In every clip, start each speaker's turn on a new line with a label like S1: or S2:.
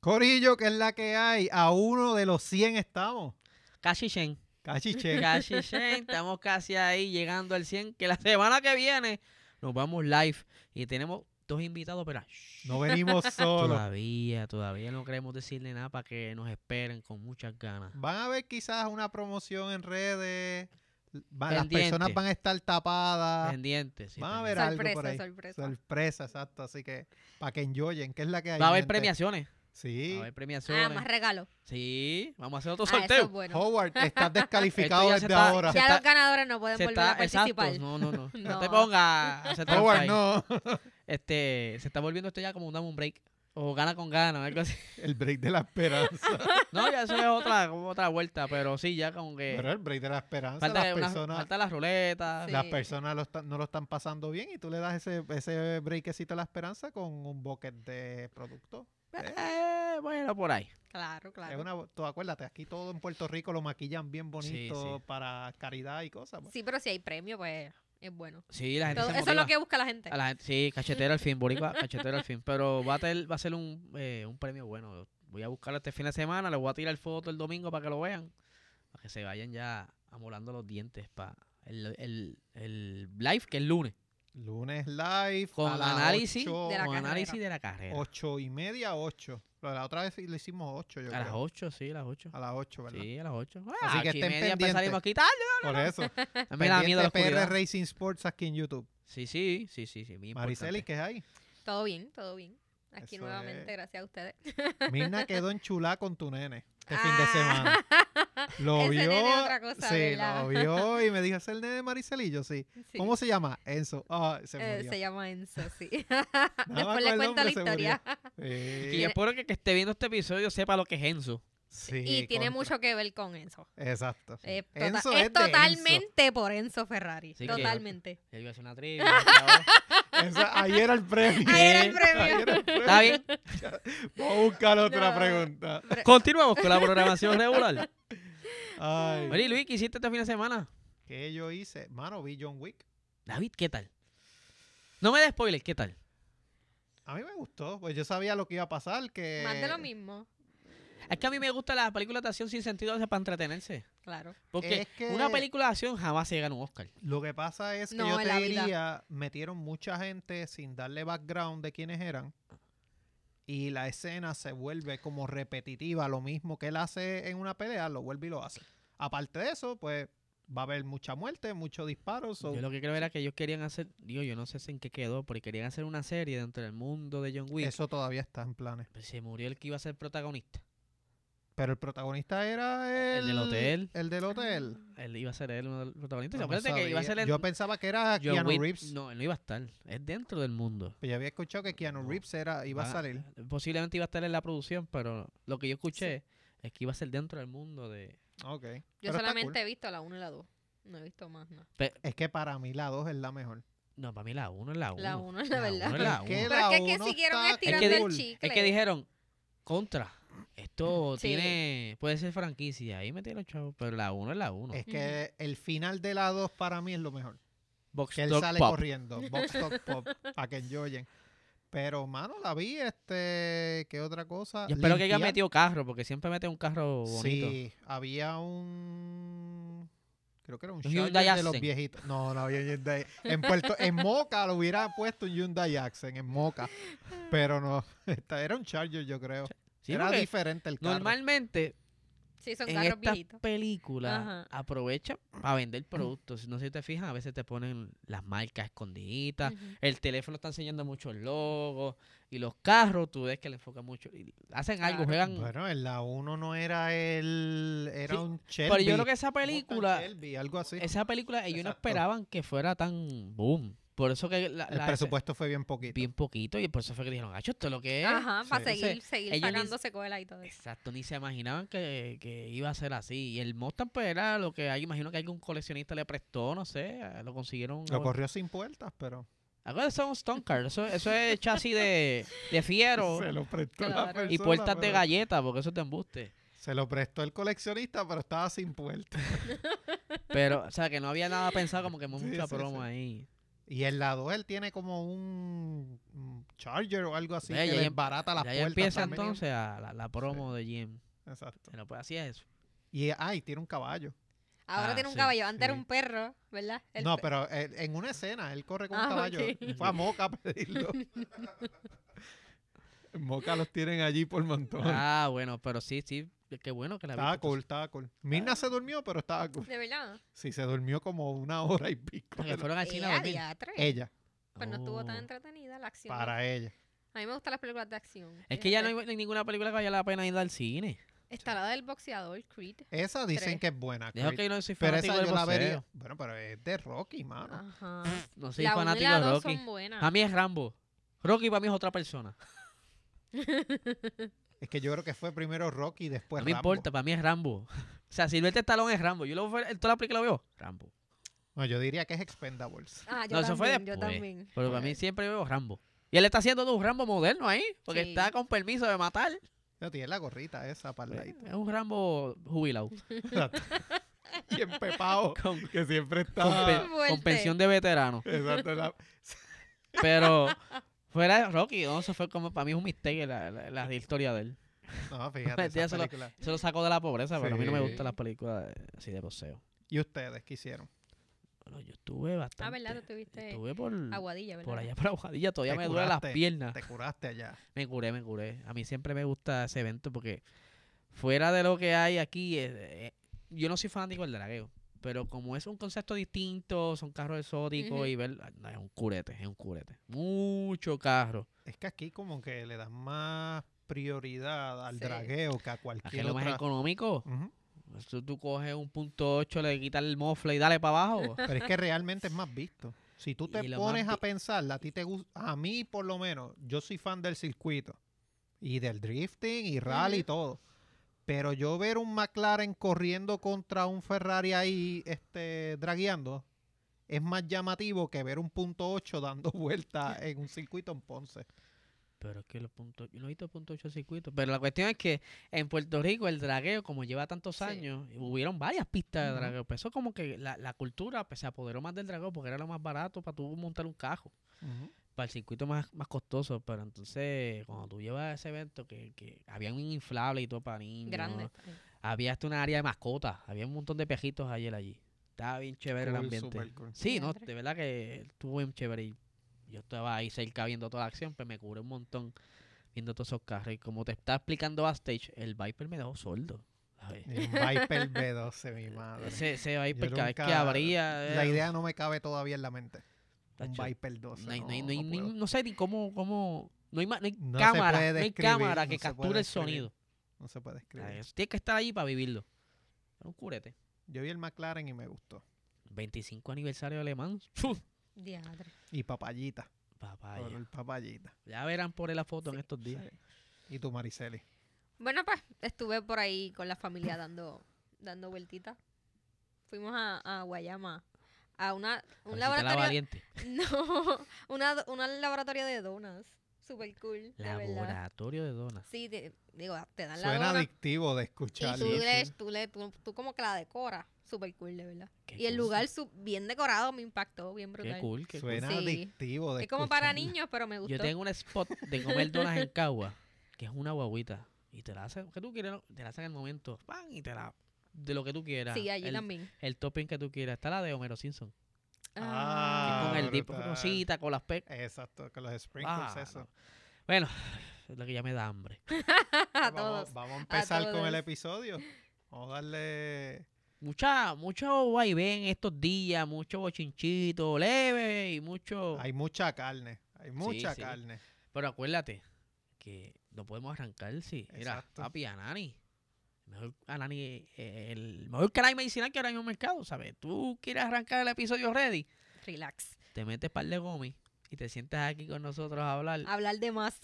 S1: Corillo, que es la que hay. A uno de los 100 estamos.
S2: Casi 100.
S1: Casi che.
S2: Casi 100. Estamos casi ahí llegando al 100. Que la semana que viene nos vamos live y tenemos dos invitados, pero shh,
S1: No venimos solos.
S2: todavía, todavía no queremos decirle nada para que nos esperen con muchas ganas.
S1: Van a ver quizás una promoción en redes. Va- las
S2: Pendiente.
S1: personas van a estar tapadas.
S2: Pendientes. sí,
S1: Van a
S2: pendientes.
S1: ver algo por
S3: Sorpresa,
S1: ahí.
S3: sorpresa.
S1: Sorpresa, exacto. Así que para que enjoyen, que es la que hay.
S2: Va a haber
S1: gente?
S2: premiaciones. Va
S1: Sí.
S2: a haber
S3: Ah,
S2: premiaciones.
S3: más regalo.
S2: sí, vamos a hacer otro
S3: Ah, eso es
S2: sorteo.
S3: bueno.
S1: Howard, estás descalificado
S2: Esto ya
S1: desde
S2: se está-
S1: ahora.
S2: se
S3: ya
S2: está-
S3: los ganadores no pueden
S2: Se
S3: volver
S2: está,
S3: a participar.
S2: exacto, no, no, no. No, te
S3: No.
S2: pongas a hacer trampa
S1: Howard,
S2: ahí.
S1: no.
S2: Este, se está volviendo esto ya como un dame un break. O gana con gana, algo así.
S1: El break de la esperanza.
S2: No, ya eso es otra, como otra vuelta, pero sí, ya como que.
S1: Pero el break de la esperanza.
S2: falta,
S1: las
S2: una-
S1: personas,
S2: falta las ruletas.
S3: Sí.
S1: las personas lo están- no lo están pasando bien y tú le das ese, ese breakecito a la esperanza con un bucket de productos.
S2: Eh, bueno, por ahí.
S3: Claro, claro.
S1: Es una bo- tú acuérdate, aquí todo en Puerto Rico lo maquillan bien
S2: Sí,
S1: bonito para caridad y cosas. pues.
S3: Sí, pero si hay premio, pues es bueno.
S2: Sí, la gente
S3: Todo-
S2: se
S3: eso es lo
S2: motiva.
S3: que busca la gente.
S2: A la gente, sí, cachetero al fin, boricua, cachetero al fin. Pero va a, ter- va a ser un, eh, un premio bueno. Voy a buscarlo este fin de semana, les voy a tirar foto el domingo para que lo vean. Para que se vayan ya amolando los dientes para el, el, el live que es lunes.
S1: Lunes live.
S2: Con
S1: a las
S2: análisis,
S1: ocho-
S3: De la
S2: con
S3: carrera.
S2: análisis de la carrera.
S1: ocho y media, ocho. Pero La otra vez le hicimos ocho, yo
S2: a las
S1: creo.
S2: 8, sí, a las 8.
S1: A las ocho, ¿verdad?
S2: Sí, a las 8.
S1: Así
S2: Así
S1: que
S2: que
S1: estén
S2: media pues,
S1: pendientes.
S2: salimos aquí tarde.
S1: Por eso.
S2: A mí me da miedo
S1: pendiente
S2: la
S1: PR
S2: oscuridad.
S1: Racing Sports aquí en YouTube.
S2: Sí, sí, sí, sí, sí. bien
S1: Mariceli,
S2: importante.
S1: ¿qué hay?
S3: Todo bien, todo bien. Aquí
S1: Eso
S3: nuevamente,
S1: es.
S3: gracias a ustedes.
S1: Mirna quedó enchulada con tu nene este fin de
S3: Ah.
S1: semana. Lo
S3: Ese
S1: vio.
S3: nene es otra cosa,
S1: sí,
S3: ¿verdad?
S1: lo vio y me dijo, ¿es el nene de Mariceli? Yo sí.
S3: Sí.
S1: ¿Cómo se llama? Enzo. Ah, se
S3: Eh,
S1: murió.
S3: se llama Enzo, sí.
S1: me
S3: Después
S1: acuerdo
S3: le
S1: el
S3: cuento la
S1: nombre, se
S3: historia.
S1: Sí,
S2: Y yo espero que el que esté viendo este episodio sepa lo que es Enzo.
S1: sí,
S3: y tiene
S1: contra.
S3: mucho que ver con Enzo.
S1: Exacto.
S3: Es, tota-
S1: Enzo
S3: es
S1: es de Enzo.
S3: totalmente por Enzo Ferrari.
S2: Sí que-
S3: totalmente.
S2: Yo iba a hacer una trivia. ahora-
S1: Eso- ahí era el premio.
S3: Ahí era el premio.
S1: Ahí era el premio.
S2: Está bien.
S1: Vamos a buscar otra
S3: No.
S1: pregunta.
S2: Continuamos con la programación regular.
S1: Ay.
S2: Mari Luis, ¿qué hiciste este fin de semana?
S1: ¿Qué yo hice? Mano, vi John Wick.
S2: David, ¿qué tal? No me des spoilers, ¿qué tal?
S1: A mí me gustó. Pues yo sabía lo que iba a pasar. Que...
S3: Más de lo mismo,
S2: Es que a mí me gustan las películas de acción sin sentido a veces para entretenerse.
S3: claro.
S2: Porque
S1: Es que-
S2: una película de acción jamás se gana un Oscar.
S1: Lo que pasa es que
S3: No,
S1: yo
S3: en
S1: te
S3: la vida.
S1: diría, metieron mucha gente sin darle background de quiénes eran. Y la escena se vuelve como repetitiva. Lo mismo que él hace en una pelea, lo vuelve y lo hace. Aparte de eso, pues va a haber mucha muerte, muchos disparos. so-
S2: Yo lo que creo era que ellos querían hacer, digo, yo no sé si en qué quedó, porque querían hacer una serie dentro del mundo de John Wick.
S1: Eso todavía está en planes.
S2: Pero se murió el que iba a ser protagonista.
S1: Pero el protagonista era el...
S2: El del hotel.
S1: El del hotel.
S2: Él iba a ser él uno de los protagonistas.
S1: Ah, no
S2: Acuérdate que iba a
S1: sabía.
S2: ser el
S1: Yo pensaba que era
S2: John
S1: Keanu
S2: Wick.
S1: Reeves.
S2: No, él no iba a estar. Es dentro del mundo.
S1: Pues yo había escuchado que Keanu
S2: No. Ah.
S1: Reeves era, iba a
S2: Va-
S1: salir.
S2: Posiblemente iba a estar en la producción, pero lo que yo escuché es que iba a ser dentro del mundo de...
S1: Ok. Pero
S3: Yo
S1: está
S3: solamente
S1: cool.
S3: he visto la 1 y la 2. No he visto más, no.
S1: Es que para mí la 2 es la mejor.
S2: No, para mí la 1 es la 1.
S3: La 1 es la verdad.
S2: es la
S1: ¿Por qué
S2: 1.
S3: Pero es que- que
S1: uno
S3: siguieron
S1: está
S3: estirando
S2: el
S3: chicle.
S2: Es que dijeron, contra, esto
S3: Sí.
S2: tiene... Puede ser franquicia, ahí metieron chavos, pero la 1 es la 1.
S1: Es que el final de la 2 para mí es lo mejor.
S2: Box
S1: Que él
S2: Dog
S1: sale
S2: Pop.
S1: corriendo. Box Dog Pop. Para que enjoyen. Pero, mano, la vi, este... ¿Qué otra cosa?
S2: Yo espero que haya
S1: Limpiar.
S2: metido carro, porque siempre mete un carro bonito.
S1: Sí, había un... Creo que era un
S2: Un Hyundai
S1: Charger de los
S2: Accent.
S1: viejitos. No, no había un Hyundai. En, Puerto, en Moca lo hubiera puesto un Hyundai Accent, en Moca. Pero no, esta- era un Charger yo creo.
S2: Sí,
S1: era
S2: porque
S1: diferente el carro.
S2: Normalmente
S3: Sí, son
S2: en
S3: carros
S2: estas
S3: viejitos.
S2: películas
S3: Ajá.
S2: aprovechan para vender productos. No sé si te fijas, a veces te ponen las marcas escondiditas.
S3: Ujú.
S2: El teléfono está enseñando muchos logos. Y los carros, tú ves que le enfocan mucho. y hacen algo,
S3: Claro.
S2: juegan.
S1: Bueno, en la 1 no era el... Era
S2: Sí,
S1: un Shelby.
S2: pero yo creo que esa
S1: Mustang
S2: película,
S1: Shelby, algo así.
S2: esa película, ellos no
S1: Exacto.
S2: esperaban que fuera tan boom. Por eso que la,
S1: el
S2: la-
S1: presupuesto fue bien poquito.
S2: bien poquito. Y por eso fue que dijeron, gacho, esto es lo que es.
S3: Ajá, para
S1: Sí.
S3: seguir,
S2: ¿Eh? Entonces,
S3: seguir
S2: ellos ni-
S3: sacando secuelas y todo eso.
S2: Exacto, ni se imaginaban que, que iba a ser así. Y el Mustang, pues era lo que hay, imagino que algún coleccionista le prestó, no sé, eh, lo consiguieron.
S1: Lo
S2: o-
S1: corrió sin puertas, pero...
S2: Acuérdate, son stone card. Eso, eso es chasis de, de fiero
S1: se lo prestó la
S3: Claro.
S2: y
S1: persona,
S2: puertas de
S1: pero-
S2: galleta, porque eso te embuste.
S1: Se lo prestó el coleccionista, pero estaba sin puerta.
S2: Pero, o sea, que no había nada pensado, como que mucha
S1: Sí, sí,
S2: promo
S1: sí.
S2: ahí.
S1: Y en la 2 él tiene como un un charger o algo así
S2: Ve,
S1: que
S2: ya- ya-
S1: le barata las
S2: Ya ahí
S1: puertas
S2: empieza
S1: también.
S2: entonces a la, la promo de Jim.
S1: Exacto.
S2: Pero pues así es eso.
S1: Y ay, tiene un caballo.
S3: Ahora
S2: Ah,
S3: tiene un
S2: sí,
S3: caballo. Antes era
S1: sí.
S3: un perro, ¿verdad? El
S1: no,
S3: pe-
S1: pero eh, en una escena él corre con
S3: Ah,
S1: un caballo.
S3: ok.
S1: Fue a Moca a pedirlo. en Moca los tienen allí por montón.
S2: Ah, bueno, pero sí, sí. Qué bueno que la
S1: estaba
S2: viste,
S1: cool, estaba cool. Mirna
S2: Ah.
S1: se durmió, pero estaba cool.
S3: De verdad.
S1: Sí, se durmió como una hora y pico.
S2: entonces. Ah, Que fueron al cine a
S3: Ea,
S2: dormir.
S3: diatre.
S1: Ella,
S3: Pues no estuvo tan
S2: Oh.
S3: entretenida la acción.
S1: para ella.
S3: A mí me gustan las películas de acción.
S2: Es que ya no
S3: fíjate.
S2: hay, no hay ninguna película que valga la pena ir al cine.
S3: Está la del boxeador, Creed.
S1: Esa dicen
S3: Tres.
S1: que es buena.
S2: Dejo
S1: Creed,
S2: que yo no soy
S1: pero
S2: fanático
S1: esa
S2: del
S1: yo la
S2: boxeo. Ah.
S1: vería. Bueno, pero es de Rocky, mano.
S3: Ajá.
S2: No soy
S3: La 1 y
S2: fanático
S3: la
S2: de
S3: 2
S2: Rocky. Ah,
S3: son buenas.
S2: A mí es Rambo. Rocky para mí es otra persona.
S1: Es que yo creo que fue primero Rocky y después
S2: no me
S1: Pues Rambo.
S2: importa, para mí es Rambo. O sea, Silvestre Stallone es Rambo. Yo lo veo, en toda la película lo veo. Rambo.
S1: No, yo diría que es Expendables.
S3: Ah, yo
S2: No, eso fue
S3: también, yo
S2: después. Eh,
S3: también.
S2: Pero para mí
S1: Pues.
S2: siempre veo Rambo. Y él está haciendo un Rambo moderno ahí, porque
S3: Sí.
S2: está con permiso de matar.
S1: No, tiene la gorrita esa para el ladito.
S2: Es un Rambo jubilado.
S1: Y empepado,
S2: Con,
S1: que siempre
S2: con pe-
S1: está...
S3: Qué
S2: con
S3: fuerte.
S2: pensión de veterano.
S1: Exacto, la-
S2: Pero fuera de Rocky, no, eso fue como para mí es un misterio la, la- la historia de él.
S1: No, fíjate,
S2: Ya
S1: esa
S2: se lo-
S1: película.
S2: Eso lo sacó de la pobreza, pero a mí no me
S1: Sí.
S2: gustan las películas de- así de boxeo.
S1: ¿Y ustedes qué hicieron?
S2: Bueno, yo estuve
S3: Ah,
S2: bastante.
S3: ¿verdad? Tú tuviste
S2: Estuve por,
S3: aguadilla, ¿verdad?
S2: por allá, por Aguadilla. Todavía
S1: Te
S2: me duelen las
S1: curaste,
S2: piernas.
S1: Te curaste allá.
S2: Me curé, me curé. A mí siempre me gusta ese evento porque fuera de lo que hay aquí, eh, eh, yo no soy fanático del dragueo, pero como es un concepto distinto, son carros exóticos
S3: Ujú.
S2: y ver, ah, no, es un curete, es un curete. Mucho carro.
S1: Es que aquí como que le dan más prioridad al
S3: Sí.
S1: dragueo que a
S2: Aquí es
S1: cualquier
S2: lo más
S1: otra...
S2: económico.
S1: Ujú.
S2: Eso tú coges un punto 8, le quitas el mofle y dale para abajo.
S1: Pero es que realmente es más visto. Si tú te
S2: Y lo más
S1: pones a
S2: vi-
S1: pensar, a ti te gusta, a mí por lo menos, yo soy fan del circuito y del drifting y rally y
S3: Ujú.
S1: todo. Pero yo ver un McLaren corriendo contra un Ferrari ahí, este, dragueando, es más llamativo que ver un punto 8 dando vueltas en un circuito en Ponce.
S2: Pero es que los puntos, yo no he visto punto 8 circuitos. Pero la cuestión es que en Puerto Rico el dragueo, como lleva tantos
S3: Sí.
S2: años, hubieron varias pistas de
S1: Ujú.
S2: dragueo. Pero eso como que la, la cultura pues, se apoderó más del dragueo porque era lo más barato para tú montar un cajo. Para el circuito más, más costoso. Pero entonces, cuando tú llevas a ese evento, que, que había un inflable y todo para niños.
S3: Grande.
S2: Había hasta una área de mascotas. Había un montón de pejitos ayer allí. Estaba bien chévere el
S1: Cool,
S2: ambiente.
S1: super cool.
S2: Sí, no,
S3: Diantre.
S2: de verdad que estuvo bien chévere. y Yo estaba ahí cerca viendo toda la acción, pues me cubre un montón viendo todos esos carros. Y como te está explicando Backstage, el Viper me dejó sordo. ¿sabes?
S1: Y un Viper B12, mi madre.
S2: Ese, ese Viper,
S1: Yo
S2: cada vez que
S1: nunca-
S2: abría.
S1: La
S2: eh,
S1: idea no me cabe todavía en la mente. Un
S2: tacho,
S1: Viper 12.
S2: No, hay- no, hay-
S1: no,
S2: no hay
S1: no
S2: ni-
S1: puedo.
S2: no sé ni cómo. cómo no hay, ma- no hay
S1: No se
S2: cámara,
S1: puede
S2: no hay
S1: describir,
S2: cámara
S1: no
S2: que
S1: se puede
S2: capture el
S1: describir.
S2: sonido.
S1: No se puede
S2: O sea,
S1: escribir.
S2: eso Tienes que estar ahí para vivirlo. Era un curete.
S1: Yo vi el McLaren y me gustó.
S2: 25 aniversario alemán. ¡Fu!
S3: Diadre.
S1: Y papayita.
S2: Papaya.
S1: Color papayita.
S2: Ah, Ya verán por ahí la foto en estos días.
S1: Y tu Mariceli.
S3: Bueno, pues estuve por ahí con la familia dando, dando vueltitas. Fuimos a, a Guayama a una,
S2: Visita
S3: un
S2: la
S3: laboratorio.
S2: valiente.
S3: No, una, do- una laboratorio de donas. Super cool, de verdad.
S2: Laboratorio de donas.
S3: Sí, te- digo, te dan la
S1: Suena
S3: dona.
S1: adictivo de
S3: Y
S1: escuchar.
S3: tú,
S1: ¿no?
S3: le- tú, le- tú- tú como que la decoras. Super cool, de verdad.
S2: Qué
S3: Y el
S2: cosa.
S3: lugar su- bien decorado me impactó, bien brutal.
S2: Qué cool, qué cool.
S1: Suena
S3: Sí.
S1: adictivo de
S3: Es como para
S1: escuchar.
S3: niños, pero me gustó.
S2: Yo tengo un spot de comer donas en Cagua, que es una guaguita. Y te la hacen, que tú quieres, no? te la hacen en el momento, pan, y te la, de lo que tú quieras.
S3: sí, allí
S2: el,
S3: también.
S2: El topping que tú quieras. Está la de Homero Simpson. que
S1: Ah,
S2: con el dip,
S1: brutal.
S2: rosita, con las pe...
S1: Exacto, con los sprinkles,
S2: Ah,
S1: eso.
S2: no. Bueno, es lo que ya me da hambre.
S3: a
S1: Vamos,
S3: todos.
S1: vamos a empezar con el
S3: todos.
S1: episodio. Vamos a darle.
S2: Mucha, mucho vaivén estos días, mucho bochinchito leve y mucho...
S1: Hay mucha carne. Hay mucha
S2: sí.
S1: carne.
S2: Pero acuérdate que no podemos arrancar si era
S1: Exacto.
S2: papi Anani. El mejor Anani, eh, el mejor canal medicinal que ahora hay en el mercado, ¿sabes? Tú quieres arrancar el episodio ready,
S3: Relax.
S2: te metes par de gomis y te sientas aquí con nosotros a hablar
S3: Hablar de más.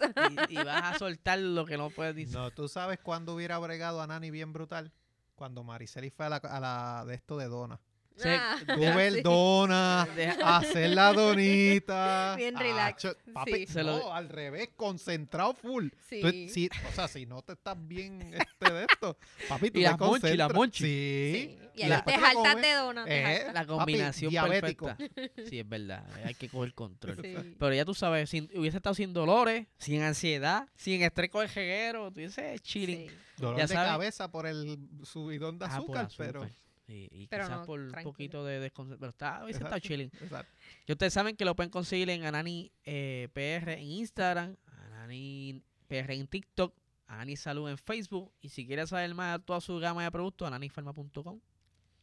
S2: y, y vas a soltar lo que no puedes decir.
S1: No, tú sabes cuándo hubiera bregado a Nani bien brutal. Cuando Mariceli fue a la, a la de esto de Dona.
S2: Se-
S3: Ah,
S2: deja-
S1: Comer
S3: sí.
S1: dona,
S2: deja-
S1: hacer la donita.
S3: Bien
S1: Ah,
S3: relax,
S1: cho- papi,
S3: sí.
S2: Se lo-
S1: no, al revés, concentrado full. Tú-
S3: e-, Sí.
S1: si- o sea, si no te estás bien este de esto, papi, tú
S2: Y
S1: te
S2: las monchi, las
S1: concentras.
S2: monchi.
S1: Sí.
S3: Sí. Y ahí
S1: la-
S3: te jaltas de dona. te
S1: Eh,
S3: jaltas.
S2: la combinación
S1: diabético.
S2: perfecta. Sí, es verdad. eh, Hay que coger control.
S3: Sí.
S2: Pero ya tú sabes, sin- hubiese estado sin dolores, sin ansiedad, sin estrés con el jeguero, tú dices chilling.
S3: Sí.
S1: Dolor
S2: Ya
S1: de
S2: sabes.
S1: cabeza por el subidón de
S2: Ah, por
S1: azúcar, pero.
S2: azúcar. Sí, y
S3: Pero
S2: quizás
S3: no,
S2: por un
S3: tranquilo.
S2: poquito de desconcentración. Pero está, hubiese estado
S1: Exacto.
S2: chilling.
S1: Exacto.
S2: Y ustedes saben que lo pueden conseguir en Anani eh, PR en Instagram, Anani PR en TikTok, Anani Salud en Facebook. Y si quieres saber más de toda su gama de productos, ananifarma.com.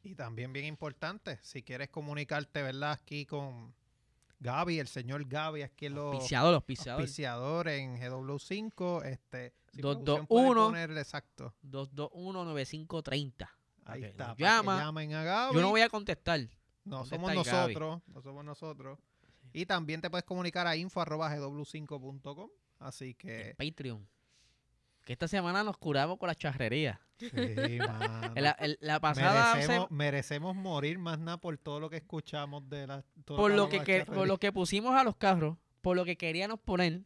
S1: Y también bien importante, si quieres comunicarte, ¿verdad? Aquí con Gaby, el señor Gaby, aquí en los
S2: Auspiciador, auspiciador.
S1: auspiciadores en GW5, este si
S2: Dos,
S1: producción
S2: dos,
S1: puede
S2: uno.
S1: poner, exacto.
S2: 221-9530.
S1: Ahí
S2: Ok,
S1: está.
S2: nos
S1: para que
S2: llama.
S1: llamen a Gaby.
S2: Yo no voy a contestar.
S1: No
S2: ¿Dónde
S1: somos
S2: está Gaby?
S1: nosotros, no somos nosotros. Y también te puedes comunicar a info@gw5.com, así
S2: en
S1: que
S2: Patreon. Que esta semana nos curamos con la charrería.
S1: sí, mano.
S2: En La, el- la pasada
S1: Ah, merecemos,
S2: se-
S1: merecemos morir más nada por todo lo que escuchamos de la todo
S2: por
S1: el
S2: lo
S1: mundo
S2: que,
S1: de
S2: que-
S1: Charrería.
S2: por lo que pusimos a los carros, por lo que queríamos poner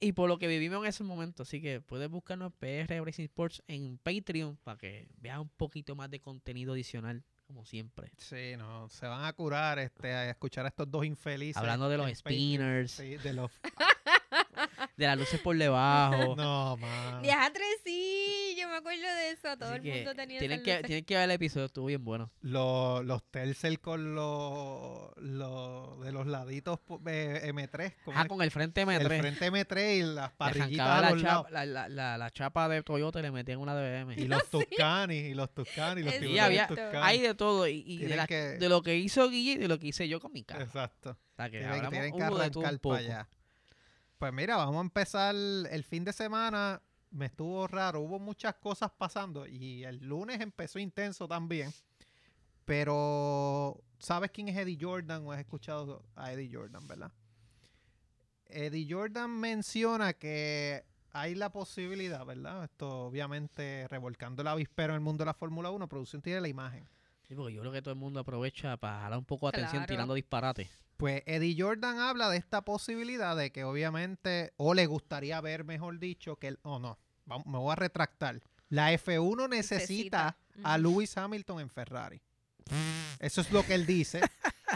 S2: y por lo que vivimos en ese momento. Así que puedes buscarnos PR Racing Sports en Patreon para que veas un poquito más de contenido adicional, como siempre.
S1: Sí, no, se van a curar este, a escuchar a estos dos infelices.
S2: Hablando de los
S1: en Patreon.
S2: spinners,
S1: Sí, de los.
S2: de las luces por debajo.
S1: No, man.
S3: Viaja tres, sí, yo me acuerdo de eso. Todo
S2: Así
S3: el
S2: que
S3: mundo tenía
S2: tienen
S3: esas
S2: que,
S3: luces.
S2: tienen que ver el episodio, estuvo bien bueno.
S1: Los, los Telcel con los. los- de los laditos po- eh, M3. ¿cómo
S2: Ah,
S1: es?
S2: con el frente
S1: el
S2: M3.
S1: frente M3 y las
S2: le
S1: parrillitas
S2: arrancaba
S1: a
S2: la
S1: los lados.
S2: chapa, la, la- la- la chapa de Toyota y le metían una de BM.
S1: Y los Tuscanis, y los Tuscanis, y los
S3: Sí,
S1: tiburones
S2: había-
S1: Tuscanis.
S2: Hay de todo. Y, y de,
S1: Tienen
S2: la-
S1: que-
S2: de lo que hizo Guille y de lo que hice yo con mi cara.
S1: Exacto.
S2: O sea, que
S1: Tienen,
S2: hablamos
S1: tienen que
S2: hubo de todo un
S1: arrancar
S2: poco.
S1: para allá. Pues mira, vamos a empezar el fin de semana. Me estuvo raro, hubo muchas cosas pasando y el lunes empezó intenso también. Pero, ¿sabes quién es Eddie Jordan o has escuchado a Eddie Jordan, verdad? Eddie Jordan menciona que hay la posibilidad, ¿verdad? Esto obviamente revolcando la avispero en el mundo de la Fórmula 1, producción tiene la imagen.
S2: Sí, porque yo creo que todo el mundo aprovecha para jalar un poco de atención
S3: Claro.
S2: tirando disparates.
S1: Pues Eddie Jordan habla de esta posibilidad de que obviamente, o le gustaría ver, mejor dicho, que el, o no, vamos- me voy a retractar. La F1 necesita,
S3: Necesita,
S1: a
S3: ujú.
S1: Lewis Hamilton en Ferrari. Eso es lo que él dice.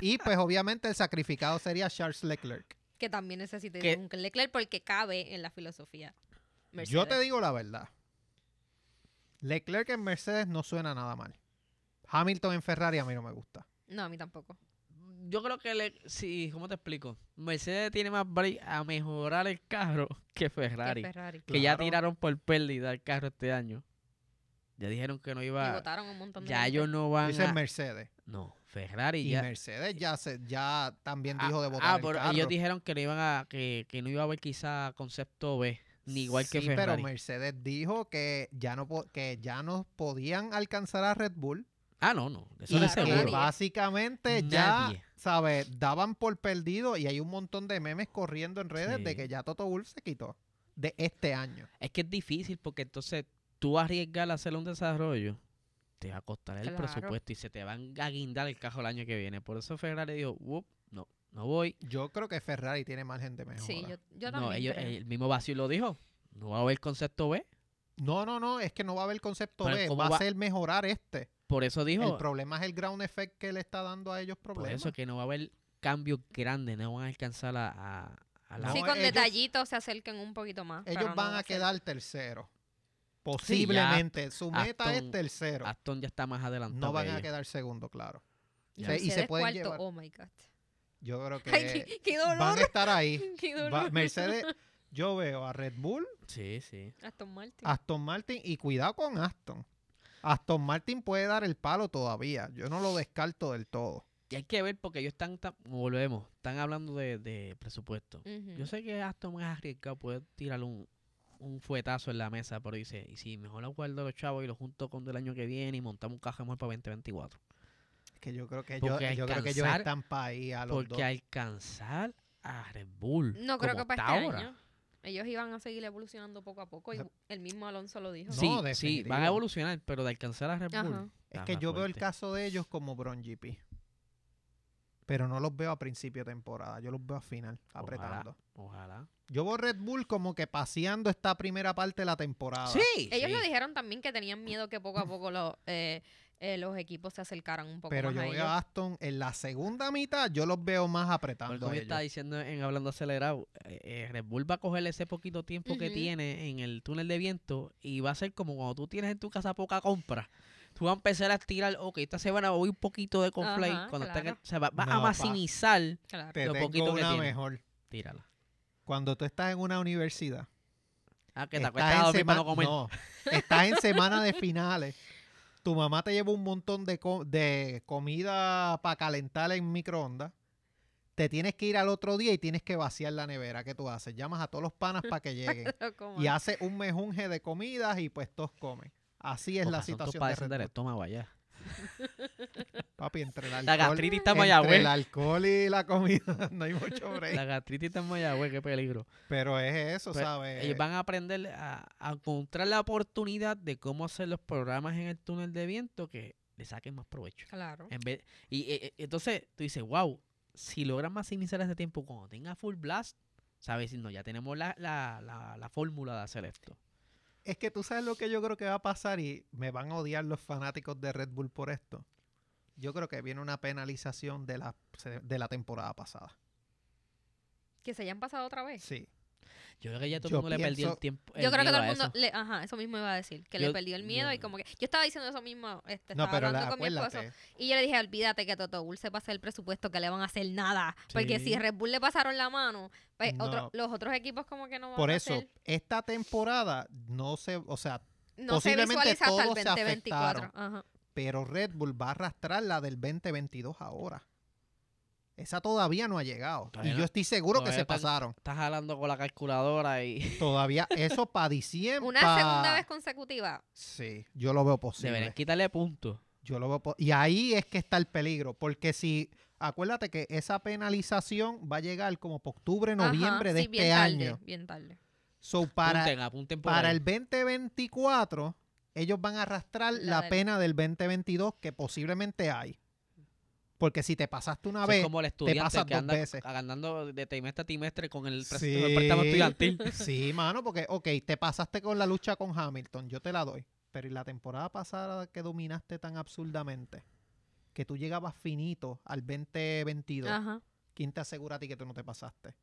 S1: Y pues obviamente el sacrificado sería Charles Leclerc.
S3: Que también necesita
S2: Que-
S3: un Leclerc porque cabe en la filosofía.
S1: Yo te
S3: Mercedes.
S1: digo la verdad. Leclerc en Mercedes no suena nada mal. Hamilton en Ferrari a mí no me gusta.
S3: No, a mí tampoco.
S2: Yo creo que, le, sí, ¿cómo te explico? Mercedes tiene más break a mejorar el carro que
S3: Que
S2: Ferrari. Que,
S3: Ferrari.
S2: ya
S1: Claro.
S2: tiraron por pérdida el carro este año. Ya dijeron que no
S3: Y
S2: iba...
S3: votaron un montón de
S2: Ya ellos
S3: gente.
S2: no van
S1: Dice
S2: a...
S1: Mercedes.
S2: No, Ferrari
S1: Y
S2: ya...
S1: Mercedes ya, se, ya también
S2: Ah,
S1: dijo de
S2: ah,
S1: votar el
S2: pero
S1: carro.
S2: ellos dijeron que no iban a que, que no iba a haber quizá concepto B, ni igual que
S1: Sí, pero
S2: Ferrari.
S1: Mercedes dijo que ya no po- que ya no podían alcanzar a Red Bull
S2: Ah, no, no, eso
S1: y
S2: de
S3: Claro,
S1: que
S2: seguro.
S3: nadie.
S1: básicamente
S2: Nadie.
S1: ya sabes daban por perdido y hay un montón de memes corriendo en redes
S2: Sí.
S1: de que ya Toto Wolff se quitó de este año.
S2: Es que es difícil porque entonces tú arriesgar a hacer un desarrollo, te va a costar el
S3: Claro.
S2: presupuesto y se te van a guindar el cajo el año que viene. Por eso Ferrari dijo, "Whoop, no, no voy.
S1: Yo creo que Ferrari tiene más gente mejor.
S3: Sí, yo, yo también.
S2: No, ellos,
S3: creo.
S2: el mismo Basio lo dijo. No va a haber concepto B.
S1: No, no, no, es que no va a haber concepto
S2: Pero
S1: B,
S2: ¿cómo
S1: va a
S2: va?
S1: ser mejorar este.
S2: Por eso
S1: El
S2: dijo,
S1: problema es el ground effect que le está dando a ellos
S2: por
S1: problemas.
S2: eso que no va a haber cambios grandes, no van a alcanzar a, a- a la...
S1: no,
S3: sí, con
S1: ellos-
S3: detallitos se acerquen un poquito más.
S1: ellos
S3: pero no
S1: van
S3: va
S1: a
S3: ser-
S1: quedar terceros. Posiblemente, su meta es
S2: Aston-
S1: tercero.
S2: Aston ya está más adelantado.
S1: No van
S2: que
S1: a
S2: ellos.
S1: quedar segundo, claro.
S3: Y
S1: O sea, y
S3: Mercedes
S1: se pueden
S3: cuarto,
S1: llevar.
S3: Oh my God.
S1: Yo creo que
S3: Ay, qué, qué
S1: van a
S3: dolor.
S1: estar ahí.
S3: Qué
S1: Va-
S3: dolor.
S1: Mercedes, yo veo a Red Bull,
S2: Sí, sí.
S3: Aston Martin.
S1: Aston Martin y cuidado con Aston. Aston Martin puede dar el palo todavía. Yo no lo descarto del todo.
S2: Y hay que ver porque ellos están, tan- como volvemos, están hablando de, de presupuesto.
S3: Ujú.
S2: Yo sé que Aston es arriesgado, puede tirar un, un fuetazo en la mesa, pero dice, y si mejor lo guardo los chavos y lo junto con del año que viene y montamos un caja mejor para 2024.
S1: Es que yo creo que ellos,
S2: Porque
S1: yo creo que ellos
S2: alcanzar-
S1: están para ahí a los
S2: Porque
S1: dos.
S2: alcanzar a Red Bull.
S3: No creo
S2: como
S3: que para
S2: está
S3: este
S2: ahora.
S3: año. Ellos iban a seguir evolucionando poco a poco y
S1: No.
S3: el mismo Alonso lo dijo.
S1: No,
S2: Sí, sí, van
S1: definitivo.
S2: a evolucionar, pero de alcanzar a Red Bull.
S3: Ajá.
S1: Es
S2: está
S1: que
S2: más
S1: yo veo el
S2: fuerte.
S1: caso de ellos como Bron GP. Pero no los veo a principio de temporada, yo los veo a final, apretando.
S2: Ojalá.
S1: Yo veo Red Bull como que paseando esta primera parte de la temporada.
S2: Sí.
S3: Ellos
S2: sí.
S3: lo dijeron también que tenían miedo que poco a poco los, eh, eh, los equipos se acercaran un poco
S1: Pero
S3: más
S1: yo
S3: a
S1: veo
S3: ellos.
S1: a Aston en la segunda mitad, yo los veo más
S2: Porque
S1: apretando.
S2: como
S1: a
S2: yo estaba
S1: ellos.
S2: diciendo en Hablando Acelerado, eh, eh, Red Bull va a coger ese poquito tiempo que
S3: Ujú.
S2: tiene en el túnel de viento y va a ser como cuando tú tienes en tu casa poca compra. Tú vas a empezar a tirar, ok, esta semana voy un poquito de conflay.
S3: Ajá,
S2: cuando está en el-
S3: claro.
S2: o sea, va, va a
S1: No, pa.
S2: maximizar.
S3: Claro.
S1: Te
S2: lo
S1: tengo
S2: poquito que
S1: una
S2: tiene.
S1: mejor.
S2: Tírala.
S1: Cuando tú estás en una universidad,
S2: Ah, que te
S1: estás
S2: acuestas a
S1: en
S2: dormir para
S1: sema-
S2: no comer.
S1: no, estás en semana de finales. Tu mamá te lleva un montón de, co- de comida para calentar en microondas. Te tienes que ir al otro día y tienes que vaciar la nevera. ¿Qué tú haces? Llamas a todos los panas para que lleguen.
S3: Pero como-
S1: y haces un mejunje de comidas y pues todos comen. Así es
S2: Con
S1: la
S2: razón tú
S1: situación de
S2: padeces del
S1: Red Bull.
S2: estómago allá.
S1: Papi, entre el
S2: La
S1: alcohol,
S2: gastritis está en
S1: entre el
S2: Mayagüez.
S1: alcohol y la comida no hay mucho
S2: La
S1: break.
S2: gastritis está en Mayagüez, qué peligro.
S1: Pero es eso,
S2: Pero
S1: ¿sabes?
S2: Pues, Ellos van a aprender a, a encontrar la oportunidad de cómo hacer los programas en el túnel de viento que le saquen más provecho.
S3: Claro.
S2: En vez, y eh, eh, entonces tú dices, wow, si logran maximizar ese este tiempo cuando tenga full blast, sabes, no, ya tenemos la, la, la, la fórmula de hacer esto.
S1: Es que tú sabes lo que yo creo que va a pasar y me van a odiar los fanáticos de Red Bull por esto. Yo creo que viene una penalización de la, de la temporada pasada.
S3: Que se hayan pasado otra vez.
S1: Sí.
S2: Yo creo que ya todo el
S1: Yo
S2: mundo le perdió el
S1: pienso-
S2: tiempo.
S3: yo creo que
S2: miedo
S3: todo
S2: a
S3: el mundo,
S2: eso.
S3: le, ajá, eso mismo iba a decir, que
S2: Yo-
S3: le perdió el miedo
S2: yo-
S3: y como que yo estaba diciendo eso mismo, este,
S1: No,
S3: estaba
S1: pero la-
S3: hablando con mi esposo
S1: acuérdate.
S3: y yo le dije, olvídate que Toto Bull se pase el presupuesto, que le van a hacer nada, porque
S2: Sí.
S3: si Red Bull le pasaron la mano, pues otro-
S1: No.
S3: los otros equipos como que no van
S1: Por
S3: a
S1: eso,
S3: hacer-
S1: esta temporada no se, o sea,
S3: no
S1: posiblemente
S3: se visualiza hasta el
S1: todos se
S3: 2024.
S1: afectaron.
S3: Ajá.
S1: pero Red Bull va a arrastrar la del 2022 ahora. Esa todavía no ha llegado.
S2: Todavía
S1: y
S2: no-
S1: yo estoy seguro que
S2: todavía
S1: se
S2: están-
S1: pasaron.
S2: Estás jalando con la calculadora y
S1: Todavía, eso para diciembre.
S3: Una
S1: pa-
S3: segunda vez consecutiva.
S1: Sí, yo lo veo
S2: deberían
S1: posible.
S2: quitarle puntos.
S1: Yo lo veo po- y ahí es que está el peligro, porque si acuérdate que esa penalización va a llegar como por octubre,
S3: Ajá,
S1: noviembre de
S3: sí, bien
S1: este
S3: tarde,
S1: año.
S3: Bien tarde.
S1: So para
S2: apunten, apunten por
S1: para
S2: ahí.
S1: el 2024 ellos van a arrastrar
S3: La
S1: la,
S3: del-
S1: pena del 2022 que posiblemente hay. Porque si te pasaste una
S2: Eso es
S1: vez,
S2: como el estudiante
S1: pasas
S2: que
S1: dos
S2: anda
S1: veces.
S2: ganando de trimestre a trimestre con el, pres-
S1: Sí.
S2: con el préstamo estudiantil.
S1: sí, mano, porque ok, te pasaste con la lucha con Hamilton, yo te la doy, pero y la temporada pasada que dominaste tan absurdamente que tú llegabas finito al 2022.
S3: Ajá.
S1: ¿Quién te asegura a ti que tú no te pasaste?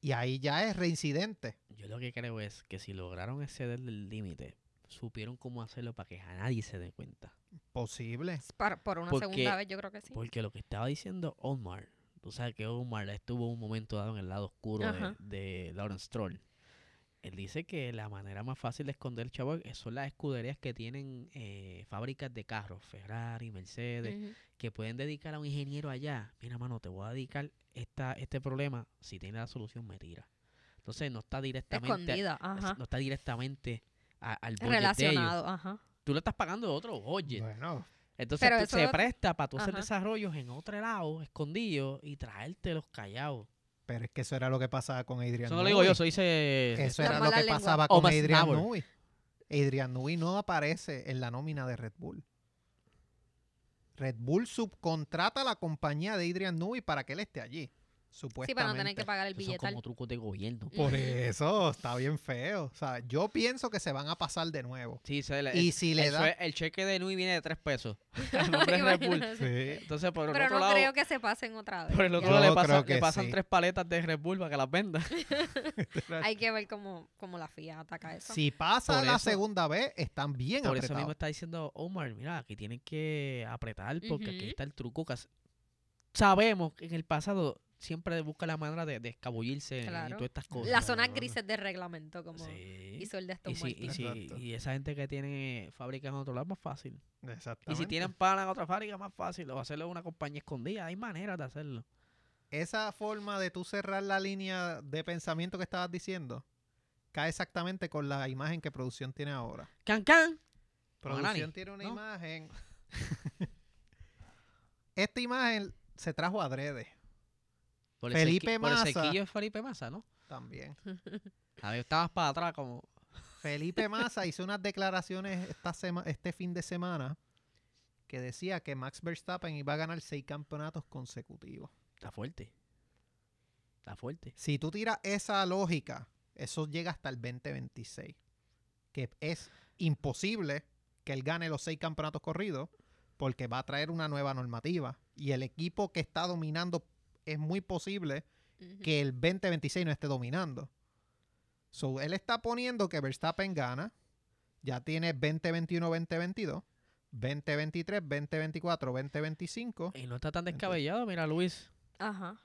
S1: Y ahí ya es reincidente.
S2: Yo lo que creo es que si lograron exceder el límite, supieron cómo hacerlo para que a nadie se dé cuenta.
S1: Posible.
S3: Par- por una
S2: Porque-
S3: segunda vez yo creo que sí.
S2: Porque lo que estaba diciendo Omar, tú sabes que Omar estuvo un momento dado en el lado oscuro de,
S3: Ajá.
S2: de Lawrence Troll. Él dice que la manera más fácil de esconder el chavo es- son las escuderías que tienen eh, fábricas de carros, Ferrari, Mercedes,
S3: Ujú.
S2: que pueden dedicar a un ingeniero allá. Mira, mano, te voy a dedicar esta, este problema. Si tienes la solución, me tira. Entonces no está directamente,
S3: Escondida,
S2: es-
S3: ajá.
S2: no está directamente a- al budget de ellos.
S3: Relacionado, ajá.
S2: Tú lo estás pagando de otro oye.
S1: Bueno,
S2: Entonces
S3: Pero
S2: tú-
S3: eso
S2: se
S3: lo-
S2: presta para tú hacer
S3: Ajá.
S2: desarrollos en otro lado, escondido, y traértelos callados.
S1: pero es que eso era lo que pasaba con Adrian
S2: Eso no lo digo
S1: Newey.
S2: yo, eso dice...
S1: Eso
S3: La
S1: era lo
S3: mala
S1: que
S3: lengua.
S1: pasaba con
S2: Omas
S1: Adrian
S2: Nabor.
S1: Newey. Adrian Newey no aparece en la nómina de Red Bull. Red Bull subcontrata a la compañía de Adrian Newey para que él esté allí,
S3: Sí,
S1: supuestamente.
S3: para no tener que pagar el
S2: Esos son
S3: billetal.
S2: como trucos de gobierno.
S1: Por
S3: Ujú.
S1: eso está bien feo. O sea, yo pienso que se van a pasar de nuevo.
S2: Sí, se le-
S1: Y si le
S2: el,
S1: da...
S2: sue- el cheque de Nui viene de tres pesos. El nombre es Red Bull.
S3: Imagínate.
S1: Sí.
S2: Entonces, por el
S3: Pero
S2: otro
S3: no
S2: lado...
S3: creo que se pasen otra vez.
S2: Por el
S3: Ya.
S2: otro lado
S1: Yo
S2: le, pasa-
S1: creo
S2: le
S1: que
S2: pasan
S1: sí.
S2: tres paletas de Red Bull para que las vendan.
S3: Hay que ver cómo, cómo la FIA ataca eso.
S1: Si pasa
S2: Por
S1: la
S2: eso-
S1: segunda vez, están bien
S2: Por eso
S1: apretados.
S2: mismo está diciendo Omar, mira, aquí tienen que apretar porque aquí
S3: Ujú.
S2: está el truco. que hace- Sabemos que en el pasado siempre busca la manera de, de escabullirse y
S3: Claro.
S2: todas estas cosas.
S3: Las zonas
S2: cabrón.
S3: grises del reglamento, como
S2: Sí.
S3: hizo el de Aston
S2: Y, si, y,
S3: Martin.
S2: si-
S1: Exacto.
S2: y esa gente que tiene fábricas en otro lado, más fácil. Y si
S1: Exactamente.
S2: tienen pana en otra fábrica, más fácil. O hacerlo en una compañía escondida. Hay maneras de hacerlo.
S1: Esa forma de tú cerrar la línea de pensamiento que estabas diciendo cae exactamente con la imagen que producción tiene ahora.
S2: ¡Can, can! Con
S1: Producción
S2: Anani,
S1: tiene una
S2: ¿no?
S1: imagen. Esta imagen se trajo adrede
S2: Por
S1: Felipe
S2: cerqui- por el
S1: Massa.
S2: cerquillo de Felipe Masa, ¿no?
S1: también.
S2: A ver, estabas para atrás como...
S1: Felipe Massa hizo unas declaraciones esta sema- este fin de semana que decía que Max Verstappen iba a ganar seis campeonatos consecutivos.
S2: Está fuerte. Está fuerte.
S1: Si tú tiras esa lógica, eso llega hasta el 2026. Que es imposible que él gane los seis campeonatos corridos porque va a traer una nueva normativa. Y el equipo que está dominando es muy posible
S3: Ujú.
S1: que el 2026 no esté dominando. So, él está poniendo que Verstappen gana. Ya tiene 2021, 2022, 2023, 2024, 2025.
S2: Y no está tan descabellado, mira, Luis.
S3: Ajá.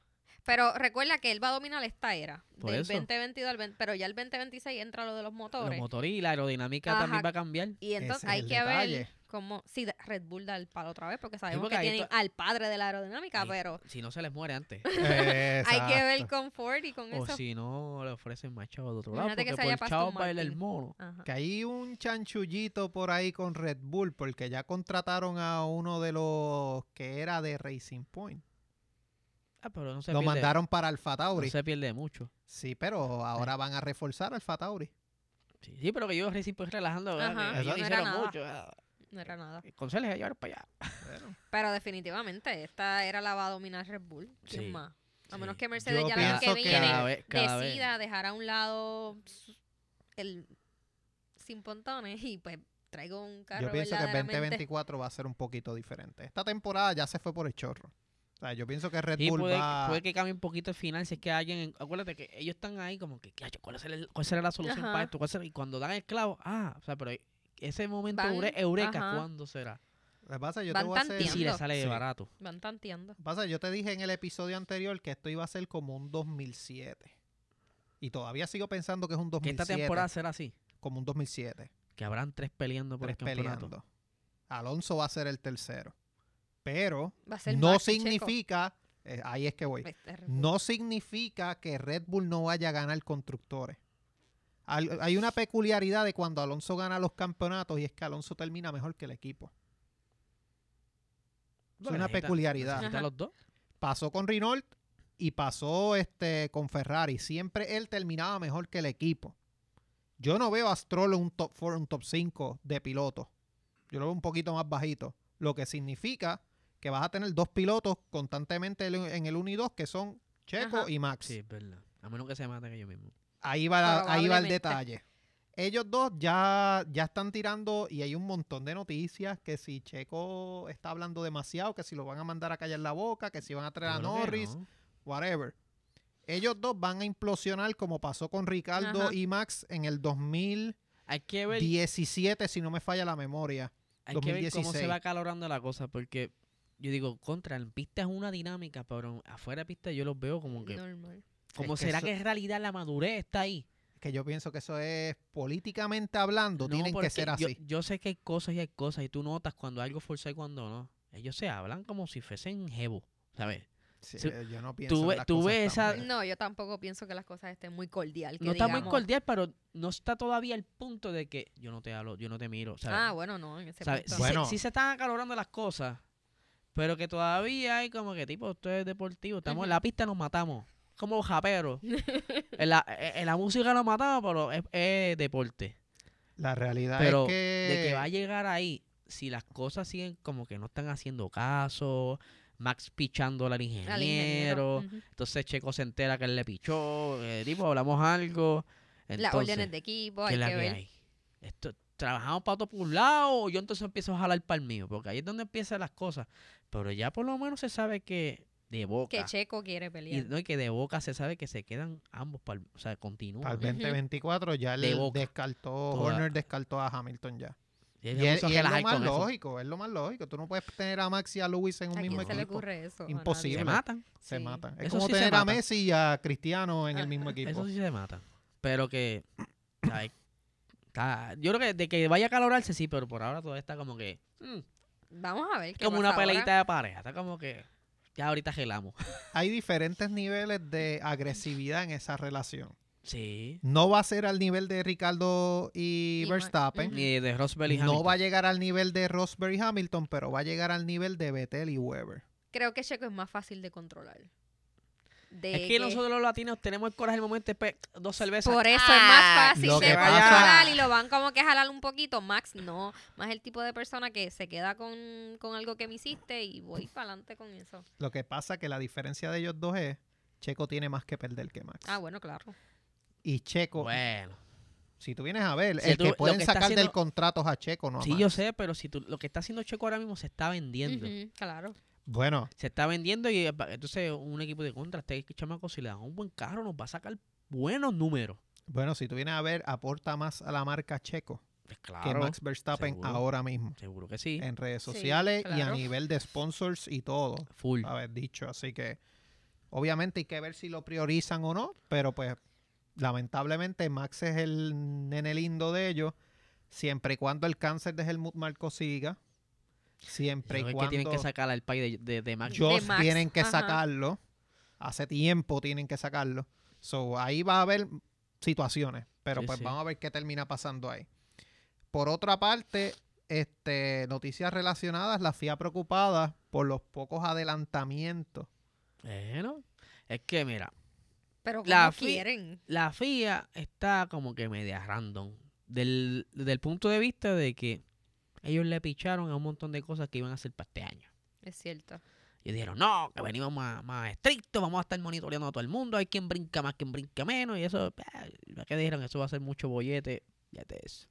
S3: Pero recuerda que él va a dominar esta era.
S2: Por
S3: del
S2: eso.
S3: 2022 al 20 pero ya el 2026 entra lo de los motores.
S2: Los motores y la aerodinámica
S3: Ajá.
S2: también va a cambiar.
S3: y
S1: Ese
S3: entonces
S1: es
S3: hay
S1: el
S3: que ver
S1: detalle.
S3: cómo si da- Red Bull da el palo otra vez porque sabemos
S2: porque
S3: que
S2: ahí
S3: tienen
S2: to-
S3: al padre de la aerodinámica,
S2: Ahí-
S3: pero
S2: Si no se les muere antes.
S3: hay que ver
S1: Exacto. Oh,
S3: con Ford y con
S2: o
S3: eso.
S2: si no le ofrecen más chavos de otro lado.
S3: Imagínate que
S2: Porque
S3: se
S2: por
S3: haya
S2: el chavo
S3: Aston
S2: baila el
S3: Martin.
S2: mono.
S3: Ajá.
S1: Que hay un chanchullito por ahí con Red Bull porque ya contrataron a uno de los que era de Racing Point.
S2: Ah, pero no se
S1: Lo
S2: pierde.
S1: mandaron para Alfa
S2: no
S1: Tauri.
S2: se pierde mucho.
S1: Sí, pero ahora van a reforzar Alfa Tauri.
S2: Sí, sí, pero que yo recién pues relajando. ¿verdad?
S3: Ajá.
S2: Que
S1: Eso-
S2: ellos no
S3: no era
S2: hicieron
S3: nada.
S2: mucho. ah.
S3: No era nada.
S2: Con Sergio, yo ahora para allá.
S3: Pero definitivamente esta era la va a dominar Red Bull. ¿Quién
S2: Sí,
S3: más? A
S2: sí.
S3: menos que Mercedes
S1: Yo
S3: ya el año que
S1: pienso que-
S3: viene
S1: Cada
S2: vez- cada vez.
S3: decida dejar a un lado su- el sin pontones y pues traigo un carro
S1: Yo pienso que el
S3: verdaderamente
S1: 2024 va a ser un poquito diferente. Esta temporada ya se fue por el chorro. O sea, yo pienso que Red
S2: Y
S1: Bull
S2: puede,
S1: va...
S2: puede que cambie un poquito el final si es que alguien... Acuérdate que ellos están ahí como que, "Cacho, ¿cuál será, el- cuál será la solución
S3: Ajá.
S2: para esto? ¿Cuál será?" Y cuando dan el clavo, ah, o sea, pero ese momento
S3: Van,
S2: eure- eureka,
S3: ajá.
S2: ¿cuándo será?
S1: Lo que pasa es que yo te
S3: van
S1: voy a hacer-
S2: Y si le
S3: Entiendo.
S2: sale
S1: Sí.
S2: barato.
S3: van tanteando.
S1: Lo que pasa es que yo te dije en el episodio anterior que esto iba a ser como un 2007. Y todavía sigo pensando que es un
S2: Que
S1: 2007.
S2: esta temporada será así.
S1: Como un 2007.
S2: Que habrán tres peleando por
S1: tres
S2: el campeonato.
S1: peleando. Alonso va a ser el tercero. Pero
S3: Va a ser
S1: no
S3: Max y Checo.
S1: significa, eh, ahí es que voy,
S3: Este Red Bull.
S1: no significa que Red Bull no vaya a ganar constructores. Al- hay una peculiaridad de cuando Alonso gana los campeonatos y es que Alonso termina mejor que el equipo. Es
S2: Porque
S1: una
S2: necesita-
S1: peculiaridad.
S2: necesita
S3: Ajá.
S2: los dos.
S1: Pasó con Renault y pasó este, con Ferrari. Siempre él terminaba mejor que el equipo. Yo no veo a Stroll en un top 4, un top 5 de pilotos. Yo lo veo un poquito más bajito. Lo que significa que vas a tener dos pilotos constantemente en el- en el 1 y 2 que son Checo
S3: Ajá.
S1: y Max.
S2: Sí, es verdad. A menos que se maten ellos mismos.
S1: Ahí va, la- ahí va el
S3: Probablemente.
S1: detalle. Ellos dos ya, ya están tirando y hay un montón de noticias que si Checo está hablando demasiado, que si lo van a mandar a callar la boca, que si van a traer a
S2: Claro que
S1: Norris,
S2: no.
S1: whatever. Ellos dos van a implosionar como pasó con Ricardo
S3: Ajá.
S1: y Max en el 2017,
S2: Hay que ver,
S1: si no me falla la memoria.
S2: hay que ver cómo se
S1: 2016.
S2: va calorando la cosa. Porque yo digo, contra, en pista es una dinámica, pero afuera de pista yo los veo como que.
S3: Normal.
S2: Como
S1: Es que
S2: será
S1: eso-
S2: que en realidad la madurez está ahí.
S1: Que yo pienso que eso es políticamente hablando,
S2: No,
S1: tienen que
S2: porque
S1: ser
S2: yo,
S1: así.
S2: yo sé que hay cosas y hay cosas, y tú notas cuando algo forza y cuando no. Ellos se hablan como si fuesen jebo, ¿sabes?
S1: Sí,
S2: tú-
S1: yo no pienso en
S2: ve-
S1: las
S2: tú
S1: cosas
S2: ves
S1: tan
S2: esa-
S1: bien.
S3: No, yo tampoco pienso que las cosas estén muy cordial. que
S2: No está muy
S3: digamos.
S2: cordial, pero no está todavía el punto de que yo no te hablo, yo no te miro, ¿sabes?
S3: Ah, bueno, no, en ese
S2: ¿Sabes?
S3: punto.
S2: Sí
S1: Bueno.
S2: se, sí se están acalorando las cosas, pero que todavía hay como que tipo, esto es deportivo, estamos en
S3: Ujú.
S2: la pista, nos matamos, como japeros. en, la, eh, en la música nos matamos, pero es, es deporte.
S1: La realidad
S2: Pero
S1: es que...
S2: De que va a llegar ahí, si las cosas siguen como que no están haciendo caso, Max pichando al ingeniero,
S3: Al ingeniero. ujú.
S2: entonces Checo se entera que él le pichó, eh, tipo, hablamos algo.
S3: Las
S2: Entonces,
S3: órdenes de
S2: ¿Qué
S3: equipo, Oh, hay
S2: es la
S3: que
S2: que
S3: ver.
S2: hay? Esto, trabajamos para otro por un lado, o yo entonces empiezo a jalar para el mío, porque ahí es donde empiezan las cosas. Pero ya por lo menos se sabe que de
S3: Que
S2: boca.
S3: Checo quiere
S2: Ah. y,
S3: pelear.
S2: no, y que de boca se sabe que se quedan ambos, pa'l- o sea, continúan.
S1: Al
S3: Ujú.
S1: 2024 ya
S2: De
S1: le
S2: boca.
S1: descartó,
S2: Toda-
S1: Horner descartó a Hamilton ya.
S2: Y
S1: Y,
S2: hay
S1: es,
S2: mucho
S1: y es lo
S2: relajar
S1: más
S2: con eso.
S1: lógico, es lo más lógico. Tú no puedes tener a Max y a Lewis en un
S3: ¿A
S1: mismo
S3: quién se le
S1: equipo.
S3: ocurre eso? A nadie.
S1: Imposible.
S2: Se matan.
S1: Se
S3: Sí. Ah.
S1: matan. Es
S2: Eso
S1: como
S2: sí se
S1: tener a
S2: matan.
S1: Messi y a Cristiano en el
S3: Ajá.
S1: mismo equipo.
S2: Eso sí se matan. Pero que. ay, está- yo creo que de que vaya a calorarse sí, pero por ahora todavía está como que. mm,
S3: Vamos a ver. qué
S2: como una
S3: pasa ahora.
S2: peleita de pareja. Está como que. Ya ahorita gelamos.
S1: Hay diferentes niveles de agresividad en esa relación.
S2: Sí.
S1: No va a ser al nivel de Ricardo y
S3: Y Ma-
S1: Verstappen.
S3: ujú.
S2: Ni de Roswell y
S1: No
S2: Hamilton.
S1: va a llegar al nivel de Rosberg y Hamilton, pero va a llegar al nivel de Vettel y Weber.
S3: Creo que Checo es más fácil de controlar. de
S2: Es que, nosotros los latinos tenemos el coraje el momento después dos cervezas.
S3: Por eso es más
S4: Ah,
S3: fácil
S1: lo
S3: de
S1: que pasa-
S3: jalar y lo van como que a jalar un poquito. Max no. Más el tipo de persona que se queda con, con algo que me hiciste y voy para adelante con eso.
S1: Lo que pasa que la diferencia de ellos dos es Checo tiene más que perder que Max.
S3: Ah, bueno, claro.
S1: Y Checo,
S2: Bueno.
S1: si tú vienes a ver,
S2: Si
S1: el
S2: tú-
S1: que
S2: lo
S1: pueden
S2: que está
S1: sacar del
S2: haciendo-
S1: contrato es a Checo, no a
S2: Sí,
S1: Max.
S2: yo sé, pero si tú, lo que está haciendo Checo ahora mismo se está vendiendo.
S3: Ujú, claro.
S1: Bueno,
S2: Se está vendiendo y eh, pa- entonces un equipo de contra, este chamaco, si le dan un buen carro, nos va a sacar buenos números.
S1: bueno, si tú vienes a ver, aporta más a la marca Checo
S2: Pues claro.
S1: que Eh, Max Verstappen
S2: seguro.
S1: ahora mismo.
S2: Seguro que sí.
S1: En redes
S3: Sí,
S1: sociales y a
S3: claro.
S1: nivel de sponsors y todo.
S2: Full.
S1: haber dicho. Así que obviamente hay que ver si lo priorizan o no, pero pues lamentablemente Max es el nene lindo de ellos, siempre y cuando el cáncer de Helmut Marco siga, siempre
S2: Creo que
S1: y
S2: es que
S1: cuando
S2: tienen que sacar al país de, de, de Max.
S1: ellos
S3: De Max,
S1: tienen que
S3: ajá.
S1: sacarlo, hace tiempo tienen que sacarlo. So, ahí va a haber situaciones, pero
S2: Sí,
S1: pues
S2: sí.
S1: vamos a ver qué termina pasando ahí. Por otra parte, este, noticias relacionadas, la FIA preocupada por los pocos adelantamientos
S2: Bueno, es que mira,
S3: Pero como
S2: La fi-
S3: quieren.
S2: la FIA está como que media random. Del, del punto de vista de que ellos le picharon a un montón de cosas que iban a hacer para este año.
S3: Es cierto.
S2: Y dijeron, no, que venimos más, más estrictos, vamos a estar monitoreando a todo el mundo, hay quien brinca más, quien brinca menos, y eso, ¿para qué dijeron? Eso va a ser mucho bollete, ya te eso.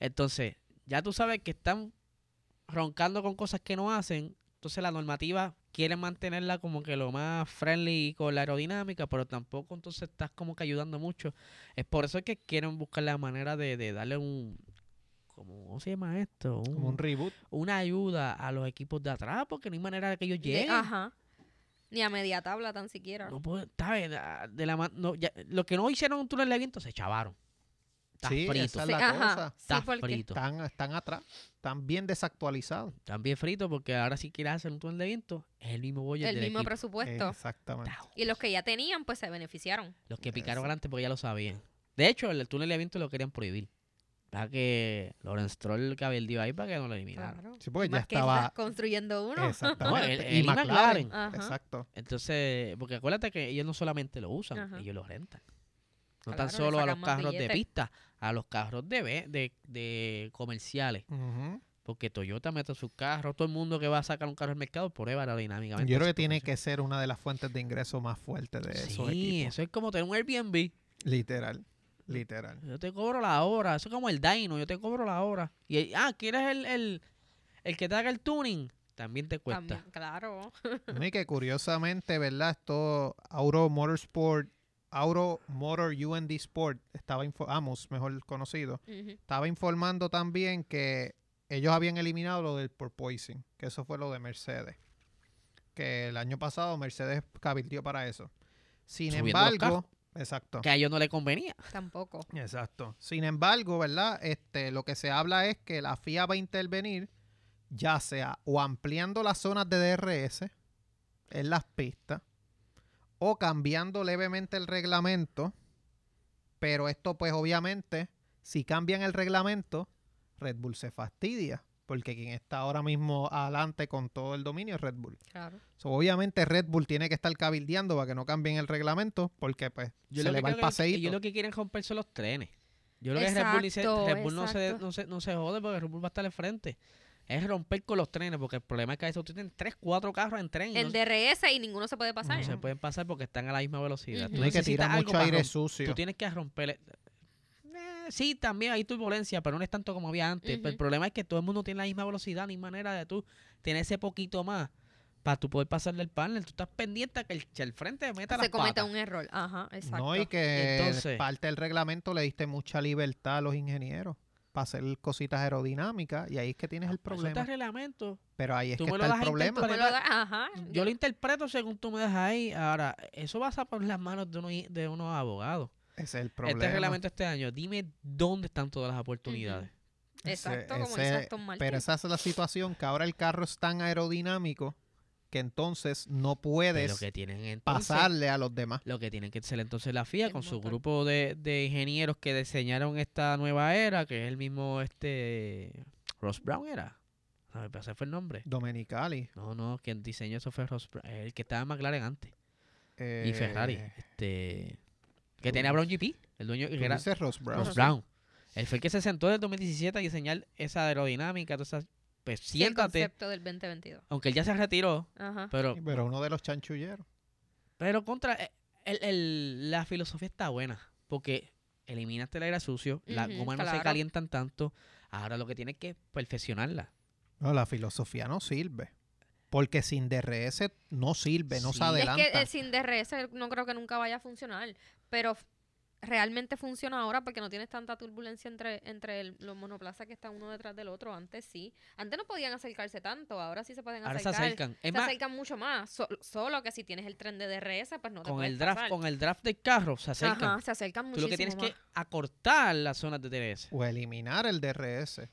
S2: Entonces, ya tú sabes que están roncando con cosas que no hacen. Entonces, la normativa quiere mantenerla como que lo más friendly con la aerodinámica, pero tampoco entonces estás como que ayudando mucho. Es por eso que quieren buscar la manera de, de darle un. Como, ¿Cómo se llama esto?
S1: Como un
S2: Un-
S1: reboot.
S2: una ayuda a los equipos de atrás, porque no hay manera de que ellos
S3: De-
S2: lleguen.
S3: ajá. Ni a media tabla tan siquiera.
S2: No puede- ¿sabes? La- De la, ma- no, ya- lo que no hicieron en túnel de viento se chavaron. Está
S1: Sí,
S2: frito.
S1: esa es
S3: Sí,
S1: la
S3: ajá.
S1: cosa.
S3: Sí,
S2: Está
S3: porque-
S2: frito.
S1: Están, están atrás, están bien desactualizados.
S2: También frito porque ahora si quieres hacer un túnel de viento es el mismo bollo
S3: El
S2: del
S3: mismo
S2: equipo.
S3: presupuesto.
S1: Exactamente.
S2: Tau.
S3: Y los que ya tenían, pues se beneficiaron.
S2: Los que picaron
S1: Exacto.
S2: adelante porque ya lo sabían. De hecho, el túnel de viento lo querían prohibir. Para que Lorenz Troll cabildió ahí para que no lo eliminaran.
S3: Claro.
S1: Sí, porque ya
S3: Más que estás
S1: estaba.
S3: construyendo uno.
S1: Exactamente.
S2: No, el-
S1: y
S2: el
S1: McLaren.
S2: McLaren.
S3: Ajá.
S1: Exacto.
S2: Entonces, porque acuérdate que ellos no solamente lo usan,
S3: Ajá.
S2: ellos lo rentan. No
S3: Claro,
S2: tan
S3: le
S2: solo a
S3: sacan
S2: los
S3: más
S2: carros de
S3: billetes.
S2: pista, a los carros de, ve- de, de comerciales.
S1: Ujú.
S2: Porque Toyota mete sus carros, todo el mundo que va a sacar un carro al mercado prueba aerodinámicamente.
S1: Yo
S2: su
S1: creo que tiene que
S2: situación.
S1: ser una de las fuentes de ingreso más fuertes de esos
S2: Sí,
S1: equipos.
S2: eso es como tener un Airbnb.
S1: Literal. Literal.
S2: Yo te cobro la hora. Eso es como el Dino, yo te cobro la hora. Y el- ah, ¿quieres el, el, el que te haga el tuning? También te cuesta.
S3: También, claro.
S1: No, y que curiosamente, ¿verdad? Esto, Auro Motorsport, Auro Motor UND Sport, estaba info- Amos, mejor conocido,
S3: Ujú.
S1: estaba informando también que ellos habían eliminado lo del porpoising, que eso fue lo de Mercedes. Que el año pasado Mercedes cabildió para eso. Sin
S2: Subiendo los
S1: embargo, exacto.
S2: Que a ellos no le convenía.
S3: Tampoco.
S1: Exacto. Sin embargo, ¿verdad? Este, lo que se habla es que la FIA va a intervenir, ya sea o ampliando las zonas de DRS en las pistas, o cambiando levemente el reglamento. Pero esto, pues, obviamente, si cambian el reglamento, Red Bull se fastidia. Porque quien está ahora mismo adelante con todo el dominio es Red Bull.
S3: Claro.
S1: So, obviamente Red Bull tiene que estar cabildeando para que no cambien el reglamento porque pues se le va el
S2: creo que-
S1: paseíto.
S2: ellos lo que quieren es romper son los trenes. Yo creo que Red Bull, ni se-
S3: Exacto,
S2: Red Bull no, se,
S3: exacto.
S2: no, se, no se jode porque Red Bull va a estar al frente. Es romper con los trenes porque el problema es que a veces tú tienes tres, cuatro carros en tren. y no
S3: El
S2: se-
S3: DRS y ninguno se puede pasar.
S2: No se pueden pasar porque están a la misma velocidad.
S3: Ujú.
S2: Tú
S1: No hay que
S2: necesitas
S1: tirar
S2: algo
S1: mucho
S2: para
S1: aire
S2: romp-
S1: sucio.
S2: Tú tienes que romper. el- Eh, sí, también hay turbulencia, pero no es tanto como había antes. Pero El
S3: Ujú.
S2: problema es que todo el mundo tiene la misma velocidad, ni manera de tú tener ese poquito más para tú poder pasarle el panel. Tú estás pendiente a que el, el frente meta
S3: se
S2: las
S3: cometa
S2: patas.
S3: un error. Ajá, exacto.
S1: No, y que
S2: Entonces-
S1: parte del reglamento le diste mucha libertad a los ingenieros para hacer cositas aerodinámicas y ahí es que tienes el
S2: Ah, Eso está
S1: problema.
S2: reglamento.
S1: Pero ahí es
S2: tú
S1: que
S2: me lo
S1: está el
S2: das a
S1: problema.
S3: Tú me lo
S2: Pero-
S3: das- ajá.
S2: Yo lo interpreto según tú me das ahí. Ahora, eso pasa por las manos de, unos i- de unos abogados.
S1: Ese es el problema.
S2: Este reglamento este año, dime dónde están todas las oportunidades.
S1: Ese-
S3: Exacto, como
S1: ese-
S3: dice Aston Martin.
S1: pero esa es la situación, que ahora el carro es tan aerodinámico que entonces no
S2: De lo
S1: puedes
S2: que tienen entonces,
S1: pasarle a los demás.
S2: Lo que tienen que hacer entonces la FIA
S3: El
S2: con su
S3: motor.
S2: grupo de, de ingenieros que diseñaron esta nueva era, que es el mismo este Ross Brown era. A ver, pero ese fue el nombre.
S1: Domenicali.
S2: No, no, quien diseñó eso fue Ross Brown, el que estaba en McLaren antes.
S1: eh,
S2: y Ferrari. Este, que tenía a Brown GP, el dueño
S1: tú
S2: que era
S1: dices Ross Brown.
S2: Ross Brown. Él fue el que se sentó en el 2017 a diseñar esa aerodinámica, todas esas. Pues
S3: Sí, El
S2: siéntate,
S3: concepto del 2022.
S2: aunque él ya se retiró,
S3: Ajá.
S2: pero,
S1: Sí, Pero uno de los chanchulleros.
S2: pero contra. eh, el- el- la filosofía está buena, porque eliminaste el aire sucio, las
S3: Ujú,
S2: gomas no se
S3: claro.
S2: calientan tanto. Ahora lo que tienes que perfeccionarla.
S1: No, la filosofía no sirve. Porque sin DRS no sirve, no
S2: Sí. Es
S1: se
S2: que,
S1: adelanta.
S3: Es que eh, sin DRS no creo que nunca vaya a funcionar, pero f- realmente funciona ahora porque no tienes tanta turbulencia entre, entre el- los monoplazas que están uno detrás del otro. Antes sí. Antes no podían acercarse tanto, ahora sí se pueden
S2: Ahora se
S3: acercar.
S2: acercan. Es
S3: se
S2: más,
S3: acercan mucho más. so- solo que si tienes el tren de DRS, pues no te
S2: con
S3: puedes
S2: el draft,
S3: pasar.
S2: con el draft del carro se acercan.
S3: Ajá, se acercan
S2: Tú
S3: muchísimo
S2: lo que tienes es
S3: más.
S2: que acortar las zonas de DRS.
S1: O eliminar el DRS.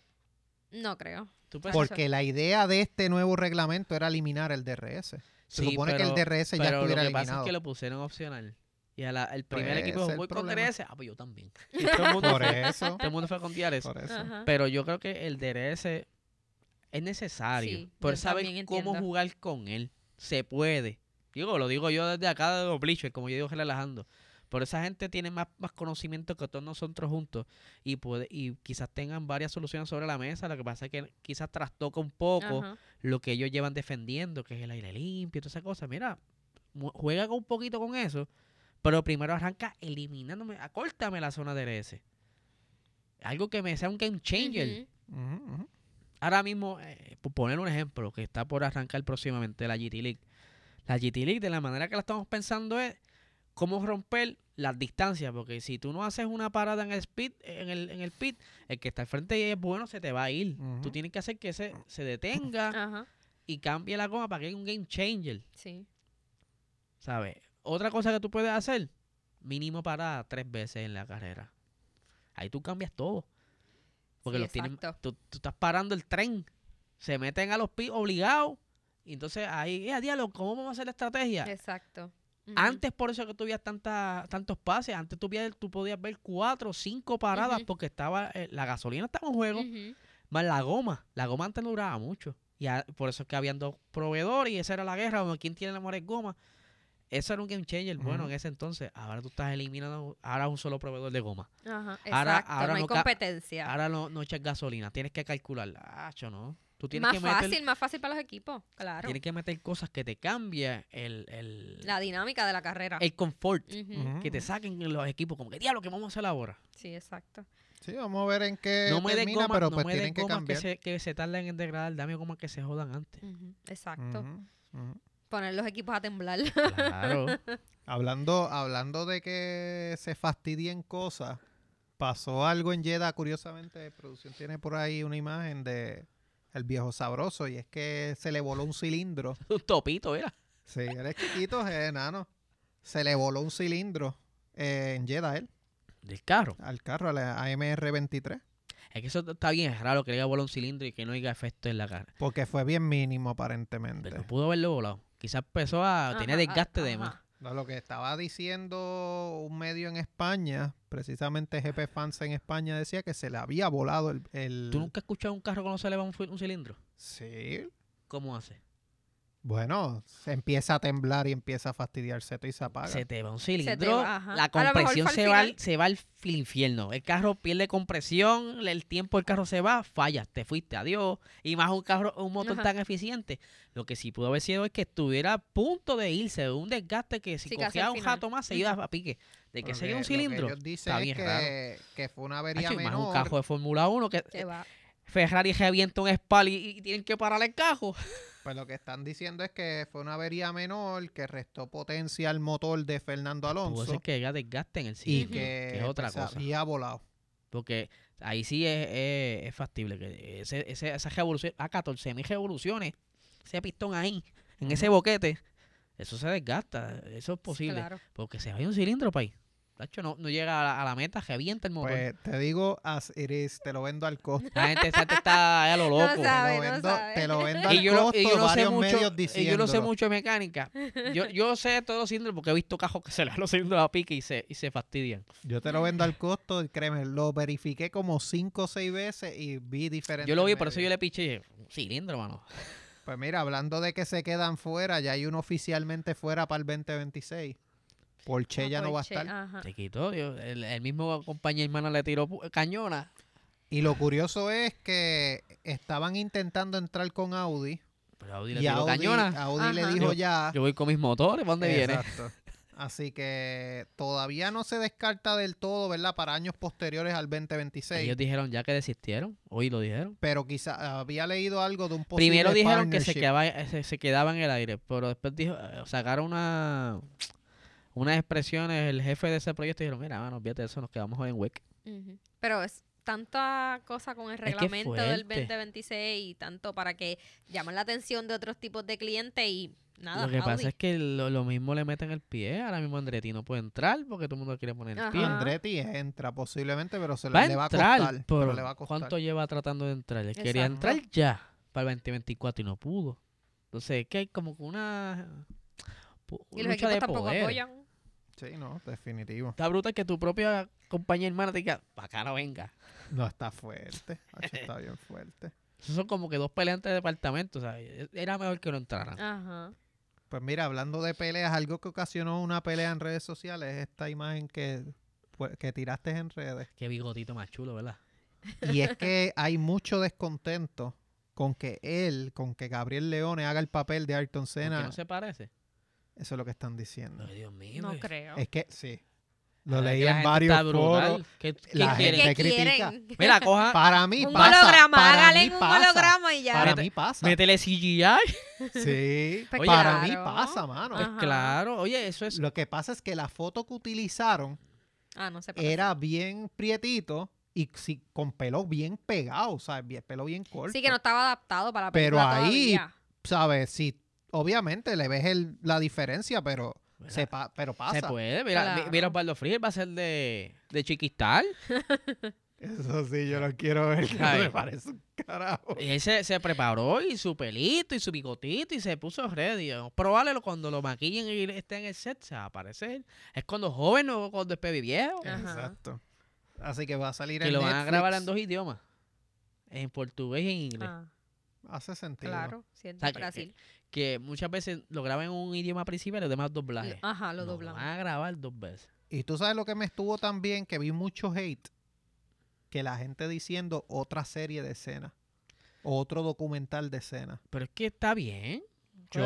S3: No creo.
S2: Tú
S3: Pues
S1: Porque la idea de este nuevo reglamento era eliminar el DRS. Se
S2: Sí,
S1: supone que el
S2: pero-
S1: DRS ya
S2: Pero lo
S1: estuviera
S2: que pasa es
S1: eliminado.
S2: que lo pusieron opcional. Y a la- el primer
S1: Pues,
S2: equipo
S1: ese es el
S2: fue con
S1: problema.
S2: DRS. Ah, pues yo también. Y todo, el mundo
S1: Por
S2: fue,
S1: eso.
S2: todo el mundo fue con DRS.
S1: por eso.
S3: Ajá.
S2: Pero yo creo que el DRS es necesario.
S3: Sí,
S2: por
S3: yo
S2: saber
S3: también
S2: cómo
S3: entiendo.
S2: jugar con él. Se puede. Digo, lo digo yo desde acá de los bleachers, como yo digo, relajando. Pero esa gente tiene más, más conocimiento que todos nosotros juntos y puede, y quizás tengan varias soluciones sobre la mesa. Lo que pasa es que quizás trastoca un poco
S3: Ajá.
S2: lo que ellos llevan defendiendo, que es el aire limpio, y toda esa cosa. Mira, mu- juega con un poquito con eso, pero primero arranca eliminándome, acórtame la zona de DRS. Algo que me sea un game changer.
S3: Ujú.
S1: Ujú, ujú.
S2: Ahora mismo, eh, por poner un ejemplo, que está por arrancar próximamente la GT League. La GT League, de la manera que la estamos pensando, es cómo romper las distancias. Porque si tú no haces una parada en el speed, en el, en el pit, el que está al frente es bueno, se te va a ir.
S1: Ujú.
S2: Tú tienes que hacer que ese se detenga
S3: Ajá.
S2: y cambie la goma para que haya un game changer,
S3: Sí.
S2: ¿sabes? Otra cosa que tú puedes hacer, mínimo parada tres veces en la carrera. Ahí tú cambias todo. Porque
S3: Sí,
S2: los tienen-
S3: exacto.
S2: tú, tú estás parando el tren, se meten a los pits obligados, y entonces ahí, eh, diálogo, ¿cómo vamos a hacer la estrategia?
S3: Exacto. Ujú.
S2: Antes por eso que tú veías tanta- tantos pases, antes tú, veías- tú podías ver cuatro o cinco paradas
S3: Ujú.
S2: porque estaba eh, la gasolina estaba en juego,
S3: Ujú.
S2: más la goma. La goma antes no duraba mucho. Y a- por eso es que habían dos proveedores y esa era la guerra, donde quién tiene la mejor goma. Eso era un game changer, bueno,
S1: Ujú.
S2: en ese entonces. Ahora tú estás eliminando, ahora un solo proveedor de goma.
S3: Ajá, exacto.
S2: Ahora- ahora
S3: no hay
S2: no ca-
S3: competencia.
S2: Ahora no, no echas gasolina, tienes que calcularla. Ah, cho, no. Tú tienes
S3: más
S2: que meter,
S3: fácil, más fácil para los equipos, claro.
S2: tienes que meter cosas que te cambien el, el,
S3: La dinámica de la carrera.
S2: el confort,
S3: Ujú,
S1: Ujú,
S2: que te
S1: ujú.
S2: saquen los equipos, como que diablo, ¿qué vamos a hacer ahora?
S3: Sí, exacto.
S1: Sí, vamos a ver en qué
S2: no me des
S1: termina,
S2: goma-
S1: pero
S2: no
S1: pues
S2: me des
S1: tienen que
S2: gomas que
S1: cambiar.
S2: se, que se tarden en degradar, dame gomas que se jodan antes.
S3: Ujú, Exacto.
S1: Ujú, ujú.
S3: Poner los equipos a temblar.
S2: Claro.
S1: Hablando, hablando de que se fastidien cosas, pasó algo en Jeddah, curiosamente, producción tiene por ahí una imagen de el viejo sabroso, y es que se le voló un cilindro.
S2: un topito, era.
S1: Sí, él es chiquito, es enano. Se le voló un cilindro eh, en Jeddah él,
S2: Del carro.
S1: al carro, a la AMR23,
S2: Es que eso t- está bien raro que le haya volado un cilindro y que no haya efecto en la cara.
S1: porque fue bien mínimo
S2: Pero
S1: aparentemente.
S2: no pudo haberlo volado. Quizás empezó a tener
S3: Ajá,
S2: desgaste de
S3: ajá.
S2: más.
S1: No, lo que estaba diciendo un medio en España, precisamente GP Fans en España decía que se le había volado el... el-
S2: ¿Tú nunca has escuchado un carro cuando se le va un, fil- un cilindro?
S1: Sí.
S2: ¿Cómo hace?
S1: Bueno, se empieza a temblar y empieza a fastidiarse todo y se apaga.
S2: Se te va un
S3: te
S2: cilindro,
S3: va, ajá.
S2: la
S3: A lo mejor
S2: compresión
S3: fue al
S2: se va, al,
S3: final.
S2: se va al fil- infierno. El carro pierde compresión, el tiempo del carro se va, fallas, te fuiste, adiós. Y más un carro, un motor
S3: Ajá.
S2: tan eficiente. Lo que sí pudo haber sido es que estuviera a punto de irse, de un desgaste que si
S3: Sí, que
S2: cogía
S3: hacia el
S2: un
S3: final.
S2: jato más se iba a pique. De que
S1: Porque
S2: se iba un
S1: lo
S2: cilindro,
S1: ellos dicen
S2: está
S1: es
S2: bien raro.
S1: que, que fue una avería
S2: Hacho, y más un
S1: menor.
S2: carro de Fórmula 1 que
S3: Se va.
S2: Ferrari revienta un espal y, y tienen que parar el cajo.
S1: Pues lo que están diciendo es que fue una avería menor que restó potencia al motor de Fernando
S2: Pudo ser
S1: Alonso
S2: que haya desgaste en el
S1: y
S2: cilindro,
S1: que,
S2: que es otra
S1: pues, se
S2: cosa.
S1: había volado.
S2: Porque ahí sí es, es- es factible. que ese, ese- Esas revoluciones, a 14 mil revoluciones, ese pistón ahí, en ese boquete, eso se desgasta. Eso es posible.
S3: Claro.
S2: Porque se vaya un cilindro para ahí. Tacho, no, no llega a la, a la meta, revienta el motor.
S1: Pues te digo, as it is, te lo vendo al costo.
S2: La gente está, está a lo
S3: No
S2: loco.
S1: Te
S3: sabe,
S1: lo
S3: no
S1: vendo,
S3: sabe.
S1: te lo vendo
S2: y
S1: al
S2: yo, no-
S1: costo,
S2: y yo no sé
S1: varios
S2: mucho,
S1: medios
S2: y yo no sé
S1: diciéndolo.
S2: mucho de mecánica. Yo, yo sé todos los cilindros porque he visto cajos que se le dan los cilindros a pique y se, y se fastidian.
S1: Yo te lo vendo al costo, y créeme, lo verifiqué como cinco o seis veces y vi diferentes
S2: Yo lo vi, por eso yo
S1: medios.
S2: le piché y dije, cilindro, mano.
S1: Pues mira, hablando de que se quedan fuera, ya hay uno oficialmente fuera para el 2026. Porsche ya no va a
S3: Ah, Porsche,
S1: estar.
S3: ajá.
S2: Se quitó. yo- el, el mismo compañía hermana le tiró pu- cañona.
S1: Y lo curioso es que estaban intentando entrar con Audi.
S2: Pero Audi
S1: Y,
S2: le tiró
S1: Audi, ah.
S2: cañona.
S1: Audi le
S3: Ajá.
S1: dijo
S2: Yo-
S1: ya.
S2: Yo voy con mis motores. ¿Para dónde viene?
S1: Exacto. Así que todavía no se descarta del todo, ¿verdad? Para años posteriores al 2026.
S2: Ellos dijeron ya que desistieron. Hoy lo dijeron.
S1: pero quizá había leído algo de un posible
S2: Primero dijeron que se
S1: partnership.
S2: quedaba, eh, se, se quedaba en el aire, pero después dijo, eh, sacaron una, unas expresiones, el jefe de ese proyecto dijeron, mira, mano, olvídate de eso, nos quedamos en WEC.
S3: Ujú. Pero es tanta cosa con el
S2: que es
S3: reglamento del
S2: fuerte.
S3: 2026 y tanto para que llaman la atención de otros tipos de clientes y nada.
S2: lo que
S3: Audi.
S2: pasa es que lo, lo mismo le meten el pie, ahora mismo Andretti no puede entrar porque todo el mundo quiere poner el
S3: Ajá.
S2: pie.
S3: Andretti
S1: Ah. Andretti entra posiblemente, pero se le-
S2: Va a
S1: le va a
S2: entrar,
S1: costar.
S2: pero,
S1: pero le va a costar.
S2: ¿cuánto lleva tratando de entrar? Él quería
S3: Exacto.
S2: entrar ya para el 2024 y no pudo. Entonces, que hay como que una pu-
S3: y los
S2: lucha
S3: equipos
S2: de
S3: tampoco
S2: poder.
S3: apoyan.
S1: Sí, no, definitivo.
S2: Está bruta que tu propia compañía hermana te diga, para acá no venga.
S1: No, está fuerte. Hacho, está bien fuerte.
S2: Esos son como que dos peleas entre departamentos. o sea, e- Era mejor que no entraran.
S3: Ah. Ajá.
S1: Pues mira, hablando de peleas, algo que ocasionó una pelea en redes sociales es esta imagen que, pues, que tiraste en redes.
S2: Qué bigotito más chulo, ¿verdad?
S1: Y es que hay mucho descontento con que él, con que Gabriel Leone haga el papel de Ayrton
S2: ¿Por qué
S1: Senna.
S2: no se parece?
S1: Eso es lo que están diciendo.
S2: Ay, Dios mío.
S3: No
S2: güey.
S3: creo.
S1: Es que sí. Lo
S2: La verdad
S1: leí
S2: que la
S1: en
S2: gente
S1: varios
S2: está brutal. Ah,
S1: foros.
S2: ¿Qué,
S1: La
S2: qué
S1: gente
S2: quieren?
S3: ¿Qué
S1: critica.
S3: quieren?
S2: Mira, coja,
S1: Para mí
S3: un
S1: pasa.
S3: holograma,
S1: para
S3: hágale
S1: mí
S3: un
S1: pasa,
S3: holograma y ya.
S1: Para
S2: Mete-
S1: mí pasa.
S2: métele CGI.
S1: Sí.
S3: Pues
S1: para mí
S3: claro.
S1: pasa, mano.
S2: Pues
S3: Ajá.
S2: claro. Oye, eso es...
S1: Lo que pasa es que la foto que utilizaron
S3: Ah, no sé.
S1: era bien prietito y si- con pelo bien pegado, ¿sabes? Bien- Pelo bien corto.
S3: Sí, que no estaba adaptado para la
S1: Pero
S3: película
S1: ahí-
S3: todavía.
S1: ¿Sabes? Si, obviamente le ves el- la diferencia, pero,
S2: ¿verdad?
S1: se pa- pero pasa.
S2: Se puede. Mira, mi-
S3: Claro.
S2: mira Osvaldo Frías va a ser de, de Chiquistal.
S1: Eso sí, yo lo quiero ver. que
S2: Ay.
S1: me parece un carajo.
S2: Y él se, se preparó y su pelito y su bigotito y se puso ready. Probablemente cuando lo maquillen y esté en el set se va a aparecer. Es cuando joven o cuando es pebi viejo.
S3: Ajá.
S1: Exacto. Así que va a salir
S2: Que
S1: en
S2: lo van a grabar en
S1: Netflix.
S2: dos idiomas. En portugués y en inglés.
S3: Ah,
S1: Hace sentido.
S3: claro, sí, es
S2: O sea,
S3: de
S2: que-
S3: Brasil.
S2: Que muchas veces lo graban en un idioma principal y los demás doblajes.
S3: Ajá, lo
S2: No,
S3: doblamos.
S1: ah,
S2: van a grabar dos veces.
S1: Y tú sabes lo que me estuvo también, que vi mucho hate, que la gente diciendo otra serie de escenas, otro documental de escenas.
S2: Pero es que está bien. ¿Cuál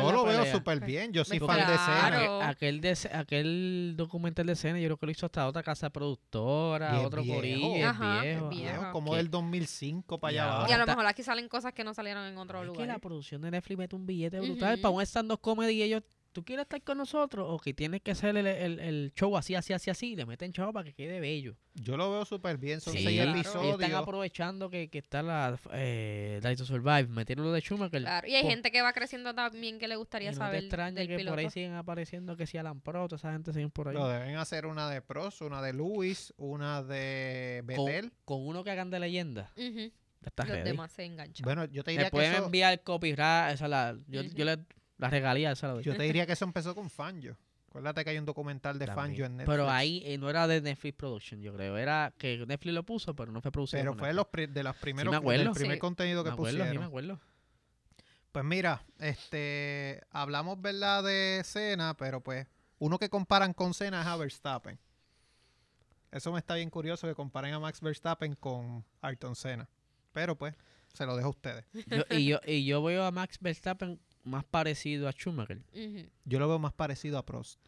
S1: Yo
S2: es la
S1: lo veo
S2: pelea?
S1: súper bien, yo soy
S3: Porque-
S1: fan de escenas.
S3: Pues Claro.
S2: Aquel, aquel de ce- aquel documental de escena yo creo que lo hizo hasta otra casa productora,
S1: Y es
S2: otro
S1: viejo.
S2: corillo, es
S3: Ajá, es
S2: viejo.
S3: viejo.
S2: ajá.
S1: Viejo, Como
S2: Que-
S1: del 2005 para
S2: Y
S1: allá
S2: ahora-
S3: Y a
S1: abajo.
S3: lo
S2: está-
S3: mejor aquí salen cosas que no salieron en otro
S2: Es
S3: lugar.
S2: que la producción de Netflix mete un billete brutal
S3: Ujú.
S2: para un stand-up comedy y ellos, ¿tú quieres estar con nosotros? O que tienes que hacer el, el- el show así, así, así, así, y le meten chavo para que quede bello.
S1: Yo lo veo súper bien, son
S3: Sí,
S1: seis
S3: claro.
S2: Y están
S1: episodios.
S2: aprovechando que, que está la eh, Drive to Survive, metieron lo de Schumacher.
S3: Claro, y hay
S2: Por-
S3: gente que va creciendo también que le
S2: y
S3: gustaría
S2: no te
S3: saber
S2: extraña
S3: del
S2: que
S3: piloto.
S2: por ahí siguen apareciendo que si Alan Pro, toda esa gente siguen por ahí.
S1: Lo deben hacer una de Pros, una de Luis, una de
S2: con,
S1: Betel.
S2: con uno que hagan de leyenda.
S3: Ujú,
S2: ya estás
S3: Los
S2: ready.
S3: demás se enganchan.
S1: Bueno, yo te
S2: Me
S1: diría que
S2: pueden
S1: eso,
S2: enviar copyright, esa la, yo,
S3: Ujú.
S2: yo le, la regalía, esa la doy.
S1: yo te diría que eso empezó con Fangio. Acuérdate que hay un documental de
S2: También.
S1: Fangio en Netflix.
S2: Pero ahí eh, no era de Netflix Production, yo creo. Era que Netflix lo puso, pero no fue producido.
S1: Pero
S2: por
S1: fue
S2: Netflix.
S1: los pri- de los primeros del
S2: acuerdo.
S1: primer
S3: Sí.
S1: contenido que
S2: me acuerdo, sí,
S1: pusieron.
S2: me acuerdo.
S1: Pues mira, este hablamos verdad de Cena, pero pues uno que comparan con Cena es a Verstappen. Eso me está bien curioso que comparen a Max Verstappen con Ayrton Senna. Pero pues se lo dejo a ustedes.
S2: Yo- y, yo, y yo veo a Max Verstappen más parecido a Schumacher.
S3: Ujú.
S1: Yo lo veo más parecido a Prost.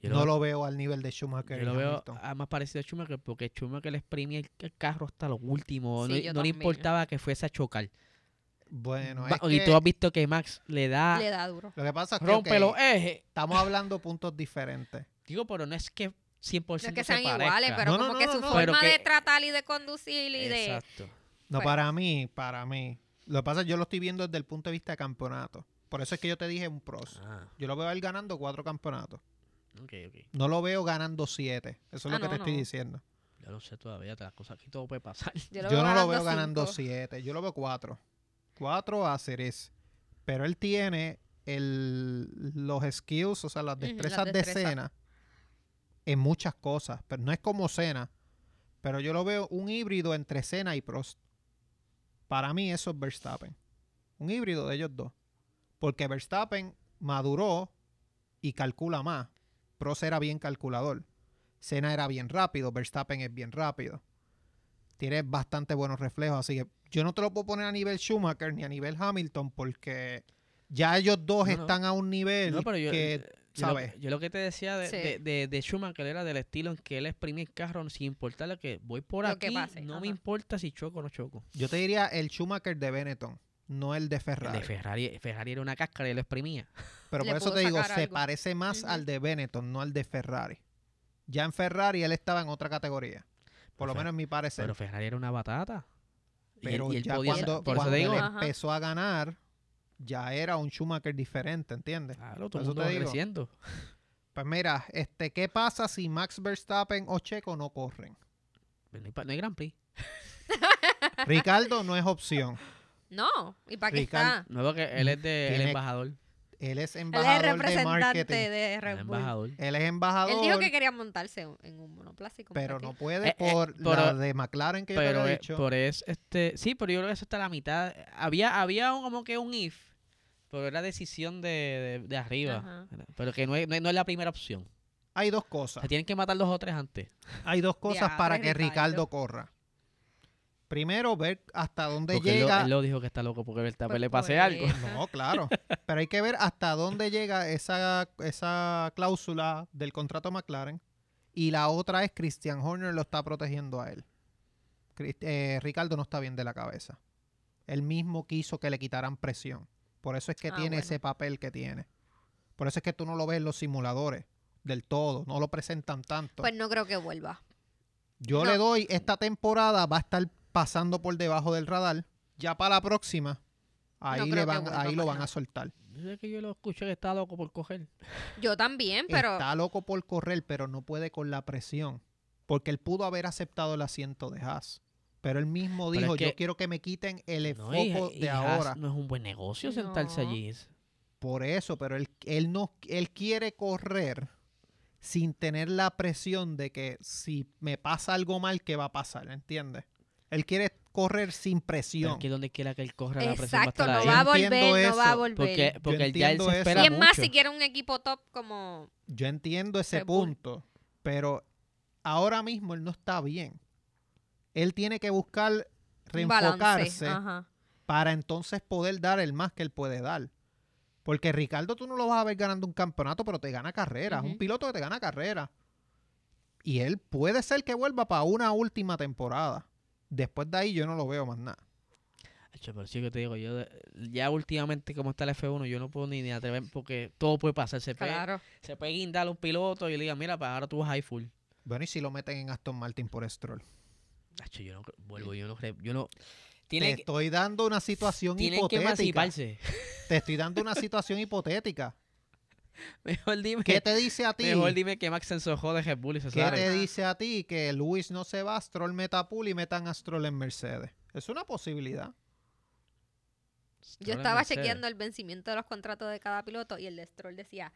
S2: Yo
S1: no lo veo al nivel de Schumacher
S2: yo lo
S1: y
S2: veo
S1: Hamilton.
S2: a- más parecido a Schumacher porque Schumacher le exprimía el, el carro hasta lo último.
S3: Sí,
S2: no-
S3: yo
S2: no le
S3: también.
S2: importaba que fuese a chocar.
S1: Bueno,
S2: Va-
S1: es
S2: y
S1: que
S2: tú has visto que Max le da,
S3: Le da duro.
S1: lo que pasa es que
S2: rompe
S1: ok,
S2: los ejes.
S1: estamos hablando puntos diferentes.
S2: Digo, pero no es que 100%
S3: No es que
S2: se
S3: sean
S2: parezca.
S3: iguales, pero
S1: No, no,
S3: como
S1: no,
S3: que
S1: no,
S3: su
S1: no.
S3: forma
S2: Pero
S3: de
S2: que-
S3: tratar y de conducir y de...
S2: Exacto.
S1: No,
S2: Pues
S3: Bueno.
S1: para mí, para mí. Lo que pasa es que yo lo estoy viendo desde el punto de vista de campeonato. Por eso es que yo te dije un Prost.
S2: Ah,
S1: Yo lo veo a él ganando cuatro campeonatos.
S2: ok, ok.
S1: No lo veo ganando siete. Eso es lo
S3: Ah,
S1: que te
S3: no,
S1: estoy
S3: no.
S1: diciendo.
S2: Yo no sé todavía, las cosas aquí todo puede pasar.
S1: Yo, no lo veo ganando
S3: cinco.
S1: siete. Yo lo veo cuatro. Cuatro a Ceres. Pero él tiene el, los skills, o sea, las
S3: Ujú, las
S1: destrezas de
S3: destrezas.
S1: Cena en muchas cosas. Pero no es como Cena. Pero yo lo veo un híbrido entre Cena y Prost. Para mí eso es Verstappen. Un híbrido de ellos dos. Porque Verstappen maduró y calcula más. Prost era bien calculador. Senna era bien rápido. Verstappen es bien rápido. Tiene bastante buenos reflejos. Así que yo no te lo puedo poner a nivel Schumacher ni a nivel Hamilton porque ya ellos dos
S2: No, no.
S1: están a un nivel
S2: No, pero yo,
S1: que,
S2: yo lo-
S1: ¿sabes?
S2: yo lo que te decía de,
S3: Sí.
S2: de, de- de Schumacher era del estilo en que él exprimía el carro sin importar lo que voy por
S3: Lo que
S2: aquí,
S3: pase,
S2: no
S3: ajá.
S2: me importa si choco o no choco.
S1: Yo te diría el Schumacher de Benetton, no el de
S2: El
S1: Ferrari.
S2: de Ferrari, Ferrari era una cáscara y él lo exprimía.
S1: Pero
S3: Le
S1: por eso
S3: pudo
S1: te digo,
S3: sacar
S1: se
S3: algo.
S1: parece más
S3: Ujú.
S1: al de Benetton, no al de Ferrari. Ya en Ferrari él estaba en otra categoría. Por lo
S2: Perfecto.
S1: menos en mi parecer.
S2: Pero Ferrari era una batata. Y él-
S1: Pero
S2: y él
S1: ya
S2: podía-
S1: cuando,
S2: por eso
S1: cuando
S2: te digo,
S1: él
S3: Ajá.
S1: empezó a ganar, ya era un Schumacher diferente, ¿entiendes?
S2: claro,
S1: por
S2: todo el
S1: eso
S2: mundo
S1: te
S2: va
S1: digo.
S2: creciendo.
S1: Pues mira, este, ¿qué pasa si Max Verstappen o Checo no corren?
S2: Pero No hay, pa- no hay Grand Prix.
S1: Ricardo no es opción.
S3: No, ¿y para qué
S1: Ricardo-
S3: está?
S2: No, porque él es de, el
S1: Tiene-
S2: embajador.
S1: Él es
S3: Él es el
S1: embajador de
S3: representante
S1: marketing.
S3: de
S2: El
S3: Red Bull.
S2: embajador.
S1: Él es
S3: Él
S1: embajador,
S3: dijo que quería montarse en un monoplaza y
S1: pero no pues,
S3: competir.
S1: puede
S2: Eh, eh,
S1: por la
S2: pero-
S1: de McLaren que yo te
S2: pero
S1: había
S2: eh,
S1: dicho.
S2: por es este sí pero yo creo que eso está a la mitad había había un- como que un if pero era decisión de, de, de arriba
S3: Ajá.
S2: pero que no es, no es- no es la primera opción
S1: Hay dos
S2: se
S1: cosas.
S2: tienen que matar los o tres antes
S1: Hay dos cosas
S3: Diablo,
S1: para que
S3: pues, Ricardo.
S1: Ricardo corra. Primero, ver hasta dónde
S2: porque él lo,
S1: llega.
S2: él lo dijo que está loco porque Verstappen
S3: Pues
S2: le
S3: por
S2: pase algo
S3: eso.
S1: No, claro. Pero hay que ver hasta dónde llega esa, esa cláusula del contrato McLaren. Y la otra es Christian Horner lo está protegiendo a él. Crist- eh, Ricardo no está bien de la cabeza. Él mismo quiso que le quitaran presión. Por eso es que
S3: Ah,
S1: tiene
S3: bueno.
S1: ese papel que tiene. Por eso es que tú no lo ves en los simuladores del todo. No lo presentan tanto.
S3: Pues no creo que vuelva.
S1: Yo
S3: No.
S1: le doy, esta temporada va a estar pasando por debajo del radar. Ya para la próxima, ahí,
S3: creo
S1: le
S3: que
S1: van,
S3: vuelva
S1: ahí lo
S3: más
S1: van
S3: nada.
S1: a soltar.
S2: yo sé que yo lo escuché que está loco por coger
S3: Yo también, pero
S1: Está loco por correr, pero no puede con la presión. Porque él pudo haber aceptado el asiento de Haas. Pero él mismo
S2: Pero
S1: dijo,
S2: es que-
S1: yo quiero que me quiten el
S2: No, y-
S1: foco
S2: y
S1: de
S2: Haas
S1: ahora.
S2: no es un buen negocio sentarse
S3: No.
S2: allí
S1: Por eso, pero él, él no, él quiere correr sin tener la presión de que si me pasa algo mal, ¿qué va a pasar? ¿Entiendes? Él quiere correr sin
S2: Pero
S1: presión.
S2: es que donde quiera que él corra la presión va a
S3: exacto,
S2: estar
S3: no
S2: ahí
S1: Yo
S3: va a volver,
S1: entiendo
S3: no va a
S1: eso,
S3: volver.
S2: porque, porque él ya él
S1: entiendo
S2: se
S1: eso.
S2: espera
S3: y es más,
S2: mucho.
S3: si quiere un equipo top como...
S1: Yo entiendo ese
S3: Red Bull.
S1: punto, pero ahora mismo él no está bien. Él tiene que buscar
S3: un Balance.
S1: reenfocarse
S3: Ajá.
S1: para entonces poder dar el más que él puede dar. Porque Ricardo tú no lo vas a ver ganando un campeonato, pero te gana carreras.
S3: Ujú.
S1: Un piloto que te gana carreras. Y él puede ser que vuelva para una última temporada. Después de ahí yo no lo veo más nada.
S2: Acho, pero sí que te digo, yo de- ya últimamente como está el F1, yo no puedo ni, ni atreverme porque todo puede pasar. Se puede,
S3: Claro.
S2: se puede guindar a un piloto y le diga, mira, pues ahora tú vas ahí full.
S1: Bueno, y si lo meten en Aston Martin por Stroll.
S2: Acho, yo no cre- vuelvo, yo no creo, yo no...
S1: Te
S2: Tienen, que-
S1: estoy dando una situación
S2: tienen que
S1: hipotética.
S2: emanciparse.
S1: Te estoy dando una situación hipotética.
S2: Mejor dime,
S1: ¿Qué te dice a ti?
S2: mejor dime que Max se ensojó de Red Bull y se
S1: ¿Qué
S2: sale.
S1: te dice a ti que Luis no se va, Stroll meta a Pool y metan a Stroll en Mercedes? Es una posibilidad.
S2: Stroll
S3: Yo
S2: en
S3: estaba
S2: Mercedes.
S3: chequeando el vencimiento de los contratos de cada piloto y el de Stroll decía...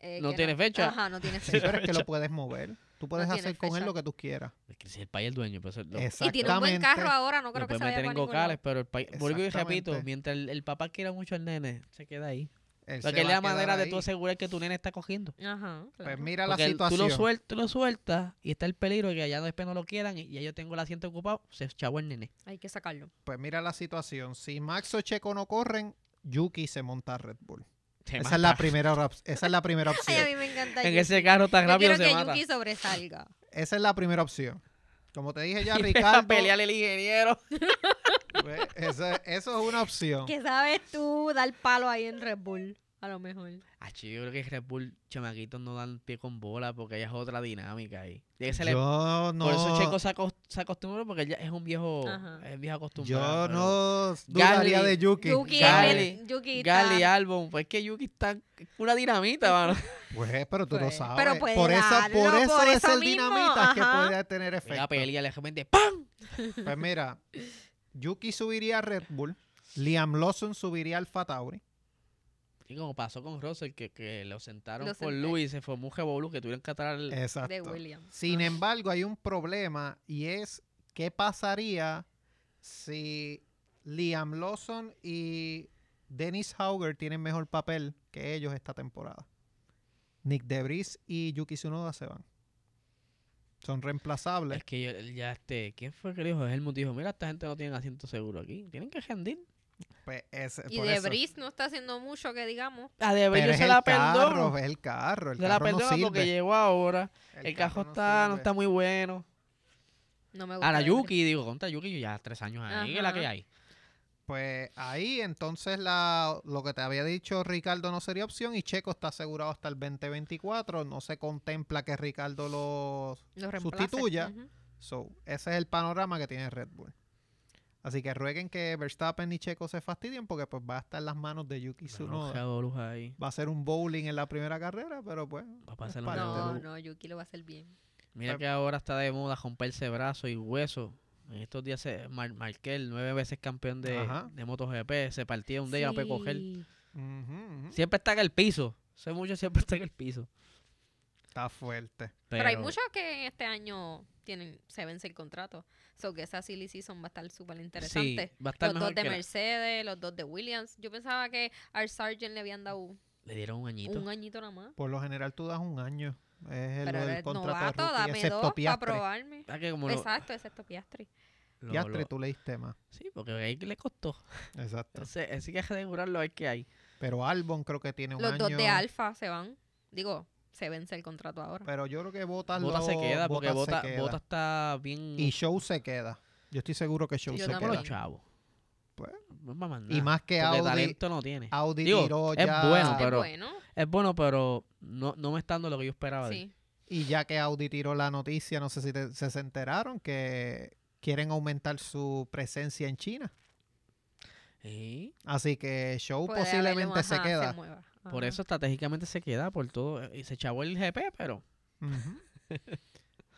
S3: eh,
S2: No
S3: que
S2: tiene fecha.
S3: Ajá, no tiene
S1: Sí,
S3: fecha.
S1: pero es que lo puedes mover. Tú puedes
S3: tiene
S1: hacer con
S3: fecha.
S1: él lo que tú quieras.
S2: Es que si el país es el dueño, pues... Lo,
S1: Exactamente.
S3: Y tiene un buen carro ahora, no
S2: lo
S3: creo
S2: puede
S3: que se vaya
S2: meter en
S3: para ningún lado.
S2: gocales, pero el país... Vuelvo y repito,
S1: Exactamente.
S2: mientras el, el papá quiera mucho al nene, se queda ahí.
S1: Él se
S2: Porque es
S1: va a
S2: la
S1: quedar
S2: manera de
S1: ahí.
S2: tú asegurar que tu nene está cogiendo.
S3: Ajá,
S1: Pues
S3: claro.
S1: mira
S2: Porque
S1: la
S2: el-
S1: situación.
S2: Tú lo sueltas, tú lo sueltas y está el peligro de que allá después no lo quieran y ya yo tengo el asiento ocupado, se chavo el nene.
S3: Hay que sacarlo.
S1: Pues mira la situación. Si Max o Checo no corren, Yuki se monta a Red Bull.
S2: Se
S1: Esa
S2: mata.
S1: es la, primera, op- esa es la primera
S3: Ay, a
S1: opción.
S3: mí me encanta
S2: En
S3: Yuki.
S2: ese carro tan
S3: Yo
S2: rápido
S3: quiero
S2: se
S3: que
S2: mata.
S3: Yuki sobresalga.
S1: Esa es la primera opción. Como te dije ya,
S2: Y deja
S1: Ricardo.
S2: pelear el ingeniero.
S1: pues, esa- eso es una opción.
S3: Que sabes tú dar palo ahí en Red Bull, a lo mejor.
S2: Acho, yo creo que Red Bull chamaquitos no dan pie con bola porque ella es otra dinámica ahí. Tiene que se le-
S1: Yo no.
S2: Por eso Checo se, acos- se acostumbró porque él ya es un viejo,
S3: Ajá.
S2: es viejo acostumbrado.
S1: Yo
S2: pero
S1: no dudaría
S2: Gasly-
S1: de Yuki.
S3: Yuki, es
S2: Gali-
S3: bien- Yuki está-
S2: Gali Albon, pues es que Yuki está una dinamita, mano.
S1: Pues, pero tú
S3: Pues,
S1: lo sabes.
S3: pero puede
S1: por, eso,
S3: darlo,
S1: por eso
S3: por
S1: es
S3: eso
S1: el
S3: mismo,
S1: dinamita que
S3: ajá.
S1: puede tener
S2: Pega
S1: efecto.
S2: pelea, le repente ¡pam!
S1: Pues mira, Yuki subiría a Red Bull, Liam Lawson subiría al Fatauri.
S2: Y como pasó con Russell, que, que lo sentaron
S3: Lo
S2: por
S3: senté.
S2: Luis, se formó un revolú, que tuvieron que atar al-
S3: de
S1: Exacto.
S3: William.
S1: Sin embargo, hay un problema y es qué pasaría si Liam Lawson y Dennis Hauger tiene mejor papel que ellos esta temporada. Nick Debris y Yuki Tsunoda se van. Son reemplazables.
S2: Es que ya, ya este, ¿quién fue que le dijo? Helmut dijo, mira, esta gente no tiene asiento seguro aquí. Tienen que rendir.
S1: Pues, ese-
S3: Y
S1: por
S3: de
S1: eso.
S3: Bris no está haciendo mucho que digamos.
S2: A Ah, De
S1: Pero
S2: Brillo
S1: es
S2: se
S1: el
S2: la
S1: carro,
S2: perdono.
S1: es el carro. El
S2: Se la
S1: carro no
S2: perdono
S1: sirve.
S2: porque llegó ahora. El,
S1: carro
S2: cajón está, no
S1: sirve.
S2: está muy bueno.
S3: No me gusta.
S2: Ahora
S3: De Vries.
S2: Yuki, digo, contra Yuki, yo ya tres años ahí, que es la que
S3: Ajá.
S2: hay.
S1: Pues ahí entonces la, lo que te había dicho Ricardo no sería opción y Checo está asegurado hasta el 2024. No se contempla que Ricardo lo...
S3: Lo reemplace.
S1: sustituya.
S3: Ujú.
S1: So, ese es el panorama que tiene Red Bull. Así que rueguen que Verstappen y Checo se fastidien porque pues va a estar en las manos de Yuki
S2: Bueno,
S1: Tsunoda.
S2: revolú ahí.
S1: Va a ser un bowling en la primera carrera, pero pues...
S2: Va a pasar
S1: Es
S2: un
S1: parte
S2: revolú.
S3: No,
S1: de-
S3: no, Yuki lo va a hacer bien.
S2: Mira que ahora está de moda romperse brazos y huesos. En estos días se, Mar- Marquel, nueve veces campeón de,
S1: Ajá.
S2: de MotoGP, se partía un día para coger.
S3: Sí.
S1: ujú, ujú,
S2: Siempre está en el piso. Sé mucho, siempre está en el piso.
S1: Está fuerte.
S3: Pero, hay muchos que este año tienen, se vence el contrato. So que esa silly season va a estar súper
S2: Sí,
S3: interesante.
S2: va a estar
S3: Los dos
S2: mejor
S3: de
S2: que la-
S3: Mercedes, los dos de Williams. Yo pensaba que al Sargent le habían dado un
S2: Le dieron un añito.
S3: añito nada más.
S1: Por lo general tú das un año. Es el,
S3: Pero
S1: el
S3: eres
S1: contrato de
S3: novato,
S1: rookie,
S3: dame
S1: excepto
S3: dos para
S1: Piastri.
S3: probarme.
S2: Ah, que como lo-
S3: Exacto, excepto Piastri.
S2: lo-
S1: Piastri,
S2: lo-
S1: tú leíste más.
S2: Sí, porque ahí le costó.
S1: Exacto.
S2: Entonces, así que asegurarlo hay que hay.
S1: Pero Albon creo que tiene un
S3: Los
S1: año.
S3: dos de Alfa se van. Digo, se vence el contrato ahora.
S1: Pero yo creo que Botas
S2: Bota se queda porque Bota,
S1: queda.
S2: Bota está bien.
S1: Y Show se queda. Yo estoy seguro que Show se
S3: Yo
S2: se
S3: también.
S1: queda.
S2: los chavos.
S1: Pues,
S2: no es pa' más
S1: Y
S2: nada,
S1: más que
S2: porque
S1: Audi,
S2: talento no tiene.
S1: Audi
S2: Digo,
S1: tiró
S2: es
S1: ya.
S2: bueno,
S3: Es
S2: pero-
S3: bueno,
S2: Es bueno, pero no, no me está dando lo que yo esperaba. de él.
S3: sí.
S1: Y ya que Audi tiró la noticia, no sé si te- se, se enteraron que quieren aumentar su presencia en China.
S2: Sí,
S1: Así que Show
S3: Puede haberlo,
S1: posiblemente se
S3: ajá,
S1: queda.
S3: mueva.
S2: Por
S3: Ajá.
S2: eso estratégicamente se queda por todo. eh, Y se echó el GP, pero
S1: Ujú.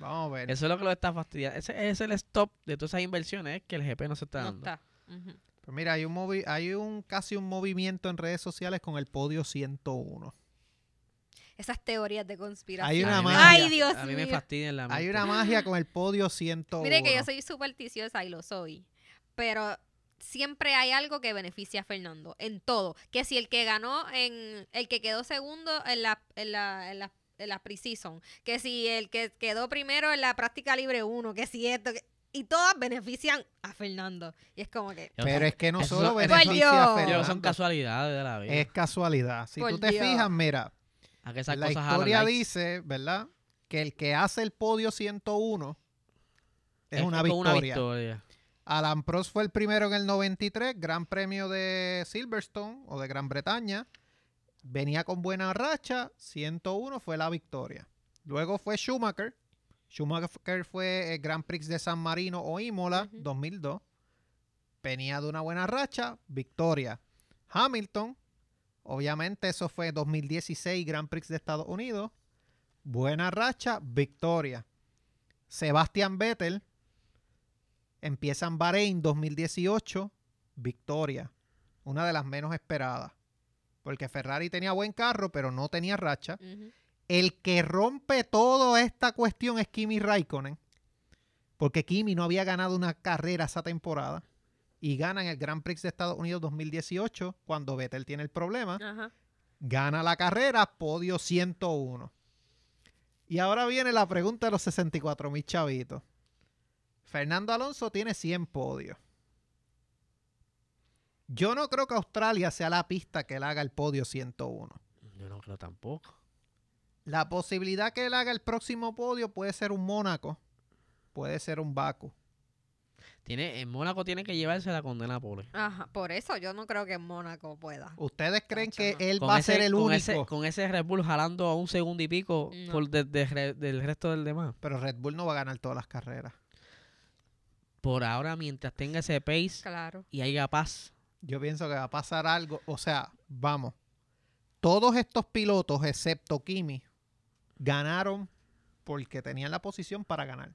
S1: Vamos a ver.
S2: eso es lo que lo está fastidiando. Ese ese es el stop de todas esas inversiones, es que el GP no se está
S3: No
S2: dando.
S3: está. Ujú.
S1: Pues mira, hay un movi- hay un casi un movimiento en redes sociales con el podio 101.
S3: Esas teorías de conspiración.
S1: Hay una
S2: A mí me-
S1: magia.
S3: Ay, Dios
S2: A mí me
S3: mío.
S2: fastidia en la mente.
S1: Hay una magia con el podio 101.
S3: Mire que yo soy supersticiosa y lo soy, pero siempre hay algo que beneficia a Fernando en todo. Que si el que ganó en el que quedó segundo en la en la, en la, en la preseason, que si el que quedó primero en la práctica libre 1, que si esto que- y todas benefician a Fernando. Y es como que
S2: Yo-
S1: Pero es que no
S2: Eso-
S1: solo
S2: eso-
S1: beneficia a
S3: Por Dios.
S2: yo-
S1: Fernando,
S2: son casualidades de la vida.
S1: es casualidad. Si
S3: Por
S1: tú te
S3: Dios.
S1: fijas, mira,
S2: a que esas
S1: la
S2: cosas jalan
S1: historia
S2: likes.
S1: dice, ¿verdad? Que el que hace el podio 101 es, una,
S2: como
S1: victoria.
S2: victoria.
S1: Alan Prost fue el primero en el 93, Gran Premio de Silverstone o de Gran Bretaña. Venía con buena racha, 101 fue la victoria. Luego fue Schumacher. Schumacher fue el Grand Prix de San Marino o Imola,
S3: Ujú.
S1: 2002. Venía de una buena racha, victoria. Hamilton, obviamente eso fue 2016 Grand Prix de Estados Unidos. Buena racha, victoria. Sebastian Vettel empieza en Bahrein 2018, victoria. Una de las menos esperadas. Porque Ferrari tenía buen carro, pero no tenía racha.
S3: ujú,
S1: El que rompe toda esta cuestión es Kimi Raikkonen. Porque Kimi no había ganado una carrera esa temporada. Y gana en el Grand Prix de Estados Unidos 2018, cuando Vettel tiene el problema
S3: ajá.
S1: gana la carrera, podio 101. Y ahora viene la pregunta de los 64 mil chavitos. Fernando Alonso tiene 100 podios. Yo no creo que Australia sea la pista que él haga el podio 101.
S2: Yo no creo tampoco.
S1: La posibilidad que él haga el próximo podio puede ser un Mónaco, puede ser un Baku.
S2: Tiene, en Mónaco tiene que llevarse la condena pobre.
S3: Ajá, por eso yo no creo que en Mónaco pueda.
S1: ¿Ustedes creen que
S3: Tacho, no.
S1: él
S2: Con
S1: va
S2: ese-
S1: a ser el
S2: con
S1: único?
S2: Ese, con ese Red Bull jalando a un segundo y pico
S3: No.
S2: por de- de re- del resto del demás.
S1: Pero Red Bull no va a ganar todas las carreras.
S2: Por ahora, mientras tenga ese pace
S3: Claro.
S2: y haya paz,
S1: Yo pienso que va a pasar algo. O sea, vamos. Todos estos pilotos, excepto Kimi, ganaron porque tenían la posición para ganar.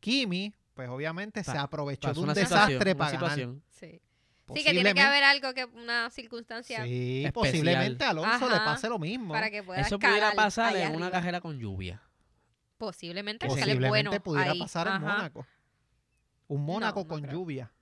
S1: Kimi, pues obviamente se
S2: Pa-
S1: aprovechó
S2: pasó
S1: de un
S2: una
S1: desastre
S2: situación, una
S1: para ganar.
S2: situación.
S3: Sí. Sí, que tiene que
S1: Posiblemente-
S3: haber algo que una circunstancia
S1: Sí,
S2: especial.
S1: posiblemente a Alonso le
S3: Ajá,
S1: pase lo mismo.
S3: para que pueda
S2: Eso
S3: escalar
S2: pudiera pasar en
S3: allá
S2: una
S3: arriba.
S2: carrera con lluvia.
S3: Posiblemente, sale
S1: posiblemente
S3: bueno
S1: pudiera
S3: ahí.
S1: pasar en
S3: Ajá.
S1: Mónaco. Un Mónaco
S3: no
S1: con
S3: creo.
S1: lluvia,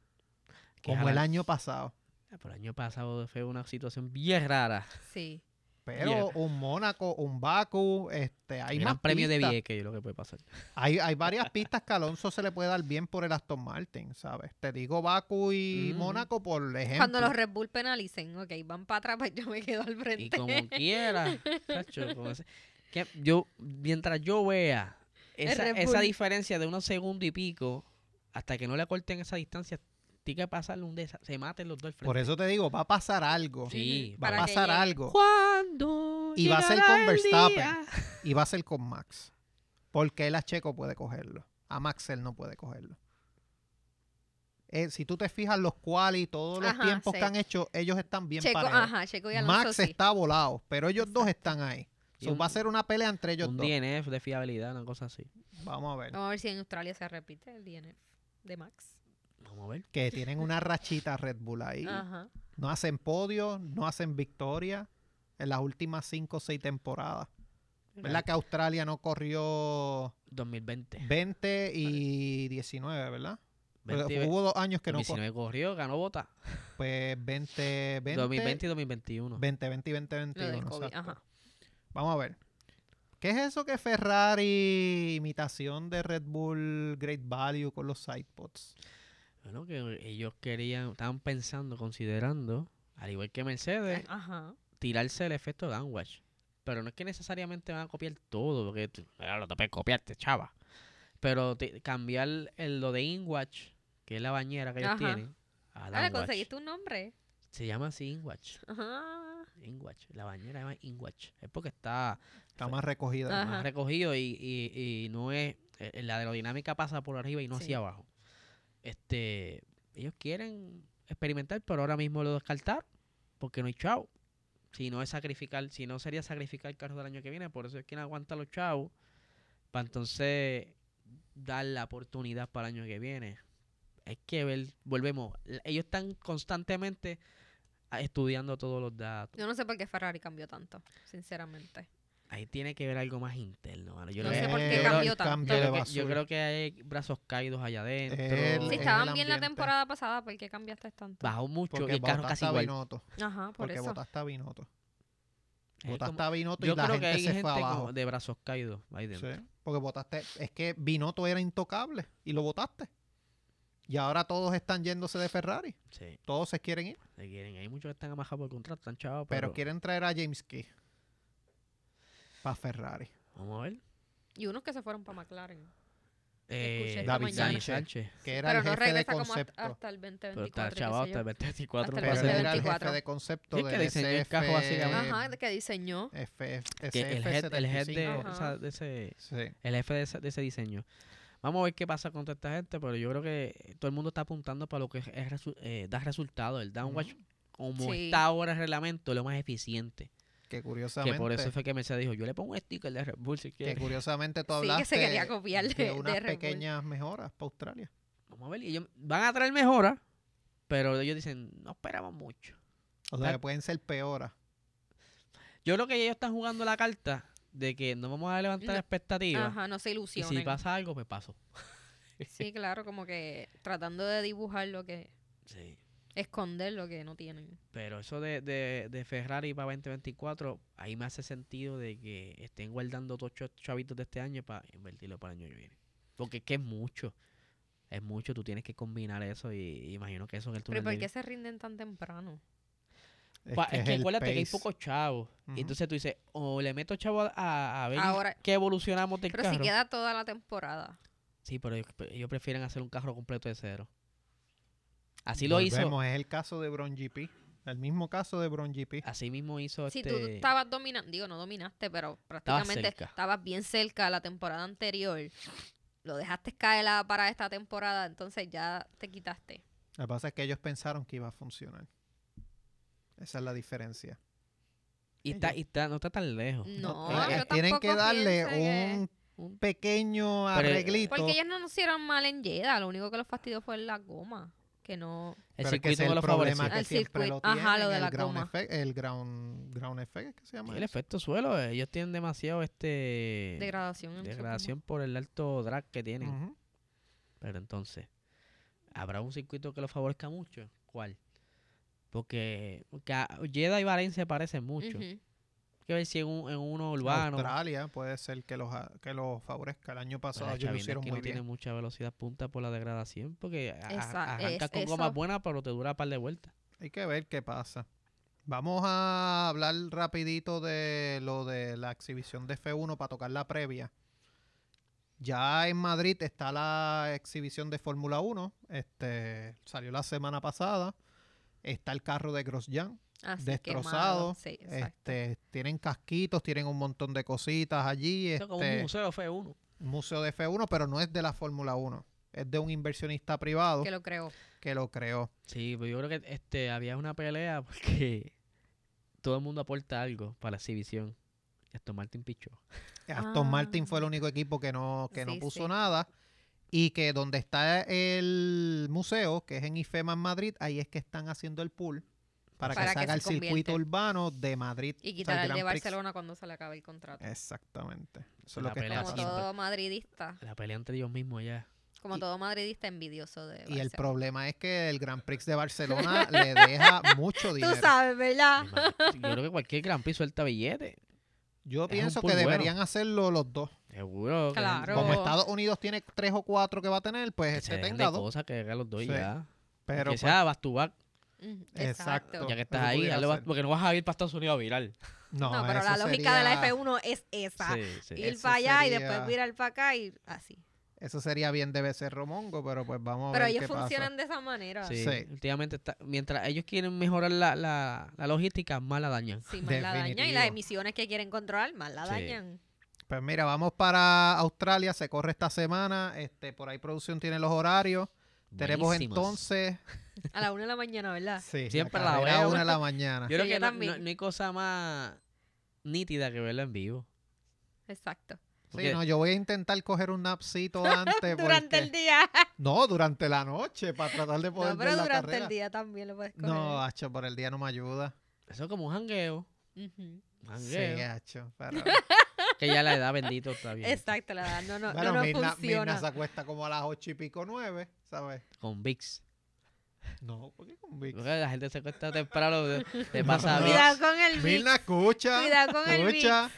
S2: Que
S1: como el
S2: jalan-
S1: año pasado.
S2: Ah, Pero el año pasado fue una situación bien rara.
S3: Sí.
S1: Pero un Mónaco, un Baku, este, hay
S2: Gran
S1: más
S2: premio de
S1: pistas.
S2: Vieques, yo lo que puede pasar.
S1: Hay, hay varias pistas que Alonso se le puede dar bien por el Aston Martin, ¿sabes? Te digo Baku y
S2: Mm.
S1: Mónaco por ejemplo.
S3: Cuando los Red Bull penalicen, ok, van para atrás, pues yo me quedo al
S2: Y
S3: frente.
S2: como quiera, chacho, con ese- que yo, mientras yo vea esa,
S3: Red
S2: esa
S3: Bull.
S2: diferencia de unos segundos y pico, hasta que no le corten esa distancia, tiene que pasarle un desa- se maten los dos al frente.
S1: Por eso te digo, va a pasar algo.
S2: Sí,
S3: Ujú,
S1: Va a
S2: para
S3: que
S1: pasar
S3: llegue.
S1: algo.
S2: ¿Cuándo
S1: Y va a ser
S2: llegará
S1: con
S2: el
S1: Verstappen.
S2: día?
S1: Y va a ser con Max. Porque él a Checo puede cogerlo. A Maxel no puede cogerlo. Eh, si tú te fijas los cuales y todos los
S3: Ajá,
S1: tiempos que
S3: sí.
S1: han hecho, ellos están bien
S3: Checo,
S1: parejos.
S3: ajá, Checo y Alonso
S1: Max
S3: sí.
S1: está volado, pero ellos dos están ahí.
S2: Y
S1: So, va a
S2: un-
S1: ser una pelea entre ellos
S2: Un
S1: dos.
S2: DNF de fiabilidad, una cosa así.
S1: Vamos a ver.
S3: Vamos a ver si en Australia se repite el DNF de Max.
S2: Vamos a ver.
S1: Que tienen una rachita Red Bull ahí.
S3: Ajá.
S1: No hacen podio, no hacen victoria en las últimas cinco o seis temporadas. ¿Verdad que Australia no corrió
S2: 2020.
S1: 20 y 19, verdad? Pero
S2: 20,
S1: hubo dos años que no corrió.
S2: 2019 corrió, ganó bota.
S1: Pues 20, 20,
S2: 2020 y 2021.
S1: 20, 20 y 20,
S3: Lo del
S1: 21.
S3: COVID, ah.
S1: exacto.
S3: ajá.
S1: Vamos a ver. ¿Qué es eso que Ferrari, imitación de Red Bull Great Value con los sidepods?
S2: Bueno, que ellos querían, estaban pensando, considerando, al igual que Mercedes,
S3: Ajá.
S2: tirarse el efecto downwash. Pero no es que necesariamente van a copiar todo, porque tú, "Ah, no te puedes copiarte, chava. Pero te- cambiar el, lo de inwatch, que es la bañera que ellos
S3: Ajá.
S2: tienen, a
S3: Ah, le
S2: downwatch.
S3: conseguiste un nombre.
S2: Se llama así inwatch.
S3: Ajá.
S2: Inwatch. La bañera se llama inwatch. Es porque está
S1: Está más recogida.
S3: Ah. Ajá.
S2: más recogido y, y- y no es eh, la aerodinámica pasa por arriba y no
S3: Sí.
S2: hacia abajo este ellos quieren experimentar pero ahora mismo lo descartaron porque no hay chavo si no es sacrificar si no sería sacrificar el carro del año que viene por eso es quien aguanta los chavos para entonces dar la oportunidad para el año que viene hay que ver volvemos l- ellos están constantemente ah, estudiando todos los datos
S3: Yo no sé por qué Ferrari cambió tanto, sinceramente.
S2: ahí tiene que ver algo más interno mano. yo
S3: No
S2: creo
S3: sé
S2: que-
S3: por qué
S2: yo creo-
S3: cambió
S1: el
S3: tanto.
S1: cambio
S2: yo,
S1: de
S2: creo que, yo
S1: basura.
S2: creo que hay brazos caídos allá adentro. Eh,
S1: El-
S3: Si
S1: en el
S3: estaban bien la
S1: ambiente.
S3: temporada pasada, ¿por qué cambiaste tanto?
S2: Bajó mucho
S1: Porque
S2: y el carro
S1: votaste
S2: casi
S1: a
S2: igual.
S1: Binotto,
S3: Ajá, por
S1: porque
S3: eso.
S1: votaste a Binotto.
S2: Es
S1: Votaste
S2: Eh, como-
S1: a Binotto
S2: yo
S1: y la
S2: creo que
S1: gente
S2: hay
S1: se
S2: gente
S1: fue
S2: como
S1: abajo.
S2: de brazos caídos ahí dentro.
S1: Sí, porque votaste. Es que Binotto era intocable y lo votaste. Y ahora todos están yéndose de Ferrari.
S2: Sí,
S1: Todos se quieren ir.
S2: se quieren. Hay muchos que están amajados por contrato, están chavos,
S1: Pero,
S2: pero,
S1: quieren traer a James Key para Ferrari.
S2: vamos a ver.
S3: Y unos que se fueron para McLaren.
S2: Eh,
S3: esta
S2: David
S1: mañana.
S2: Sánchez. Sánchez,
S1: Que era
S3: Pero
S1: el
S3: no
S1: jefe de
S3: regresa como
S1: concepto.
S3: hasta, hasta el 2024.
S2: pero está
S3: y qué sé
S2: chavado
S3: yo.
S2: hasta el 24
S3: Hasta
S2: no
S1: Pero
S3: el
S2: va a
S1: él
S2: ser
S1: era el
S3: 2024.
S1: jefe de concepto
S2: Sí, es que
S1: del
S2: diseñó el casco básicamente.
S3: Ajá, de que diseñó.
S1: SF,
S2: que el head, el head de,
S3: Ajá.
S2: esa- de ese,
S1: Sí.
S2: el jefe de ese, de ese diseño. Vamos a ver qué pasa con toda esta gente, pero yo creo que eh, todo el mundo está apuntando para lo que es, resu- eh, da resultado. El downwatch como
S3: Sí.
S2: está ahora el reglamento, lo más eficiente.
S1: Que
S2: Que
S1: curiosamente.
S2: por eso fue que Mercedes dijo, yo le pongo un sticker de Red Bull si
S1: que
S2: quieres.
S1: curiosamente tú
S3: Sí, que
S1: hablaste
S3: se quería copiar de-
S1: de
S3: de
S1: unas
S3: Red Bull.
S1: pequeñas mejoras para Australia.
S2: Vamos a ver, y ellos van a traer mejoras, pero ellos dicen, no esperamos mucho.
S1: O sea,
S2: Ah.
S1: que pueden ser peoras.
S2: Yo creo que ellos están jugando la carta de que no vamos a levantar
S3: No.
S2: expectativas.
S3: Ajá, no se
S2: Y
S3: ilusionen.
S2: si pasa algo, pues paso.
S3: Sí, claro, como que tratando de dibujar lo que...
S2: Sí.
S3: Esconder lo que no tienen.
S2: Pero eso de, de, de Ferrari para 2024, ahí me hace sentido de que estén guardando todos estos chavitos de este año para invertirlo para el año que viene. Porque es que es mucho. Es mucho, tú tienes que combinar eso y, y imagino que eso en el
S3: Pero ¿y
S2: túnel
S3: ¿por
S2: del-
S3: qué se rinden tan temprano?
S2: Pa- es, que
S1: Este el
S2: acuérdate que hay
S1: pace.
S2: pocos chavos.
S1: Ujú.
S2: Y entonces tú dices, o le meto chavo a- a, a ver
S3: Ahora-
S2: que evolucionamos del
S3: Pero
S2: carro.
S3: si queda toda la temporada.
S2: Sí, pero ellos, ellos prefieren hacer un carro completo de cero. Así lo hizo.
S1: Volvemos, Es el caso de Bron GP. El mismo caso de Bron GP.
S2: Así mismo hizo
S3: Si
S2: este.
S3: tú estabas dominando, digo, no dominaste, pero prácticamente
S2: cerca.
S3: estabas bien cerca la temporada anterior. Lo dejaste caer a- para esta temporada, entonces ya te quitaste.
S1: Lo que pasa es que ellos pensaron que iba a funcionar. Esa es la diferencia.
S2: y está, y está, no está tan lejos.
S3: No,
S1: Eh,
S3: yo
S1: eh, tienen que
S3: tampoco
S1: darle
S3: pienso que-
S1: un
S2: Un-
S1: pequeño
S2: Pero, eh,
S1: arreglito.
S3: Porque ellos no nos hicieron mal en Jeddah, lo único que los fastidió fue la goma. Que
S2: El
S3: no.
S1: Pero es que
S2: circuito
S1: ese es
S2: no
S1: el
S2: lo
S1: problema
S2: favoreció.
S1: que
S3: El
S1: siempre
S3: circuito,
S1: lo tienen,
S3: ajá, lo de
S1: el
S3: la
S1: ground
S3: goma.
S1: effect, el ground, ground effect, ¿qué se llama?
S2: Sí, el
S1: eso?
S2: efecto suelo. eh, Ellos tienen demasiado este.
S3: Degradación. en su
S2: Degradación por el alto drag que tienen.
S1: Ujú.
S2: Pero entonces, ¿habrá un circuito que lo favorezca mucho? ¿Cuál? Porque, porque a- Jeddah y Bahrein se parecen mucho.
S3: Ujú.
S2: Hay que ver si en, un- en uno urbano.
S1: Australia puede ser que los, a- que los favorezca. El año
S2: Pues
S1: pasado
S2: la
S1: ellos lo
S2: Chavinda es
S1: hicieron
S2: que
S1: muy
S2: no tiene
S1: bien.
S2: mucha velocidad punta por la degradación, porque a- a-
S3: Esa- es-
S2: arrancas con gomas
S3: eso.
S2: buenas, pero te dura un par de vueltas.
S1: Hay que ver qué pasa. Vamos a hablar rapidito de lo de la exhibición de F1 para tocar la previa. Ya en Madrid está la exhibición de Fórmula 1. Este, salió la semana pasada. Está el carro de Grosjean.
S3: Así que malo,
S1: destrozado.
S3: Sí, exacto.
S1: Este, tienen casquitos, tienen un montón de cositas allí.
S2: Esto es como un
S1: este,
S2: museo fue uno.
S1: museo de F1, pero no es de la Fórmula 1. Es de un inversionista privado
S3: Que lo creo.
S1: que lo creó.
S2: Sí, pero yo creo que este había una pelea porque todo el mundo aporta algo para la exhibición. Y Aston Martin pichó.
S1: Aston
S3: Ah.
S1: Martin fue el único equipo que no, que no
S3: Sí,
S1: puso
S3: sí.
S1: nada. Y que donde está el museo, que es en IFEMA en Madrid, ahí es que están haciendo el pool para,
S3: Para
S1: que
S3: que
S1: salga
S3: se
S1: el circuito
S3: convierte.
S1: urbano de Madrid.
S3: Y
S1: o sea, el
S3: quitar al de
S1: Grand Prix.
S3: Barcelona cuando se le acabe el contrato.
S1: Exactamente. Eso es
S2: La
S1: lo que está
S2: pelea
S3: Como
S1: pasando.
S2: siempre.
S3: todo madridista.
S2: La pelea entre ellos mismos allá.
S3: Como
S1: Y-
S3: todo madridista envidioso de
S1: Y el
S3: Barcelona.
S1: problema es que el Grand Prix de Barcelona le deja mucho dinero.
S3: Tú sabes, ¿verdad?
S2: Me imagino- Yo creo que cualquier gran piso suelta billete.
S1: Yo
S2: Es un
S1: pienso que
S2: pool bueno.
S1: deberon hacerlo los dos.
S2: Seguro. que-
S3: Claro.
S1: Como
S3: Pero-
S1: Estados Unidos tiene tres o cuatro que va a tener, pues
S2: que se
S1: este
S2: dejen
S1: tenga
S2: de
S1: dos.
S2: cosas que hagan los dos y
S1: Sí.
S2: ya.
S1: Pero
S2: que
S1: pues,
S2: sea back to back,
S3: Mm,
S1: Exacto.
S3: Exacto.
S2: ya que
S1: eso
S2: estás ahí,
S1: pudiera
S2: dale back-
S1: ser.
S2: porque no vas a ir para Estados Unidos a virar.
S1: no,
S3: No, pero la
S1: eso
S3: lógica de la
S1: sería-
S3: F1 es esa.
S2: Sí, sí.
S3: Ir
S1: eso
S3: para allá y
S1: sería-
S3: después virar para acá y así.
S1: Eso sería bien debe ser Romongo, pero pues vamos a
S3: Pero
S1: ver
S3: ellos
S1: qué pasa.
S3: funcionan de esa manera.
S2: Sí,
S1: Sí.
S2: Últimamente, está- mientras ellos quieren mejorar la, la, la logística, más la dañan.
S3: Sí, más la dañan. Y
S1: Definitivo.
S3: las emisiones que quieren controlar, más la
S2: Sí.
S3: dañan.
S1: Pues mira, vamos para Australia, se corre esta semana, este por ahí producción tiene los horarios. Tenemos
S2: Buenísimas.
S1: entonces
S3: A la una de la mañana, ¿verdad?
S1: sí,
S2: Siempre
S1: la
S2: la
S1: carrera a
S2: veo.
S1: una de la mañana.
S2: Yo creo
S3: Sí,
S2: que
S3: yo
S2: no, no-
S3: también.
S2: no hay cosa más nítida que verla en vivo.
S3: Exacto.
S1: Sí, no, yo voy a intentar coger un napsito antes Eh, porque-
S3: Durante el día.
S1: No, durante la noche para tratar de poder
S3: No,
S1: ver
S3: pero
S1: la
S3: durante
S1: carrera.
S3: el día también lo puedes coger.
S1: No, ah. hacho, por el día no me ayuda.
S2: Eso es como un jangueo.
S3: Ujú.
S2: un
S1: Sí,
S2: jangueo.
S1: hacho, pero
S2: Que ya la edad bendito está bien.
S3: Exacto, la edad no, no,
S1: Bueno,
S3: no, nos
S1: Mirna, Mirna
S3: funciona.
S1: se acuesta como a las ocho y pico nueve, ¿sabes?
S2: Con VIX.
S1: No, porque con Vic.
S2: Porque la gente se acuesta temprano, te- te pasa
S1: No.
S2: VIX.
S3: Cuidado con el Vicks.
S1: Mirna, escucha.
S3: Cuidado con el Vicks.
S1: escucha.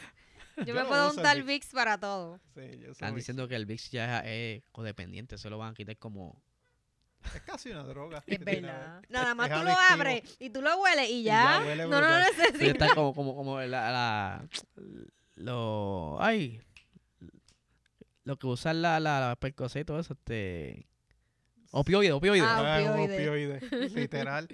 S3: Yo,
S1: Yo
S3: me
S1: no
S3: puedo
S1: uso el
S3: untar
S1: Vicks.
S3: Vicks para todo.
S1: Sí, yo soy
S2: Están
S1: Vic.
S2: diciendo que el VIX ya es eh, codependiente, se lo van a quitar como...
S1: Es casi una droga.
S3: Es
S1: de una
S3: verdad.
S1: vez.
S3: Nada más
S1: Es
S3: tú lo
S1: adictivo.
S3: abres y tú lo hueles y
S1: ya
S3: ya.
S1: huele
S3: no, no lo
S1: brutal.
S2: Pero
S3: necesitas.
S2: está como, como, como la, la- Lo... Ay. Lo que usan la, la, la percocet y todo eso, este... Opioide, opioide.
S3: Ah,
S1: Ah, es un
S3: opioide.
S1: opioide, Literal.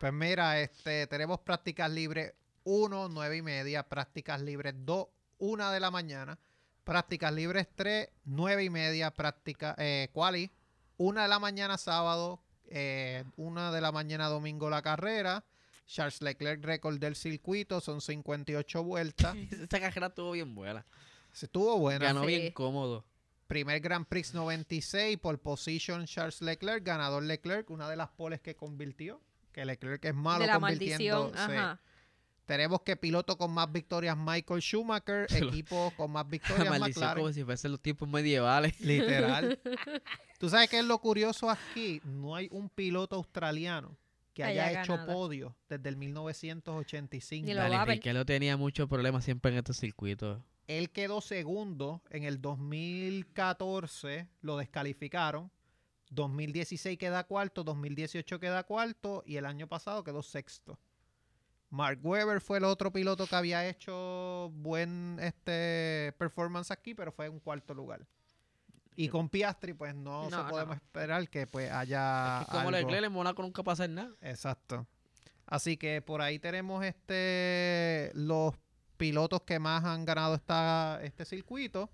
S1: Pues mira, este, tenemos prácticas libres 1, 9 y media, prácticas libres 2, 1 de la mañana, prácticas libres 3, 9 y media, práctica, eh, quali, 1 de la mañana sábado, eh, 1 de la mañana domingo la carrera, Charles Leclerc récord del circuito, son 58 vueltas.
S2: Esta carrera estuvo bien buena.
S1: Estuvo buena.
S2: Ganó bien
S3: Sí.
S2: cómodo.
S1: Primer Grand Prix 96 por position Charles Leclerc, ganador Leclerc, una de las poles que convirtió, que Leclerc es malo
S3: de la
S1: convirtiendo.
S3: maldición.
S1: sí.
S3: Ajá.
S1: Tenemos que piloto con más victorias Michael Schumacher,
S2: Se lo-
S1: equipo con más
S2: La
S1: victorias
S2: maldición como
S1: McLaren.
S2: si fuesen los tiempos medievales.
S1: Literal. Tú sabes qué es lo curioso aquí, no hay un piloto australiano que
S3: Que
S1: haya,
S3: haya
S1: hecho
S3: ganado.
S1: podio desde el 1985.
S3: Ni lo va
S2: Dale,
S3: a ver.
S2: Riquelme tenía muchos problemas siempre en estos circuitos.
S1: Él quedó segundo en el 2014, lo descalificaron. 2016 queda cuarto, 2018 queda cuarto y el año pasado quedó sexto. Mark Webber fue el otro piloto que había hecho buen este performance aquí, pero fue en cuarto lugar. Y con Piastri, pues no,
S3: No,
S1: se
S3: no.
S1: podemos esperar que pues haya.
S2: es que como
S1: algo.
S2: Leclerc en Monaco nunca pasa nada.
S1: Exacto. Así que por ahí tenemos este los pilotos que más han ganado esta, este circuito.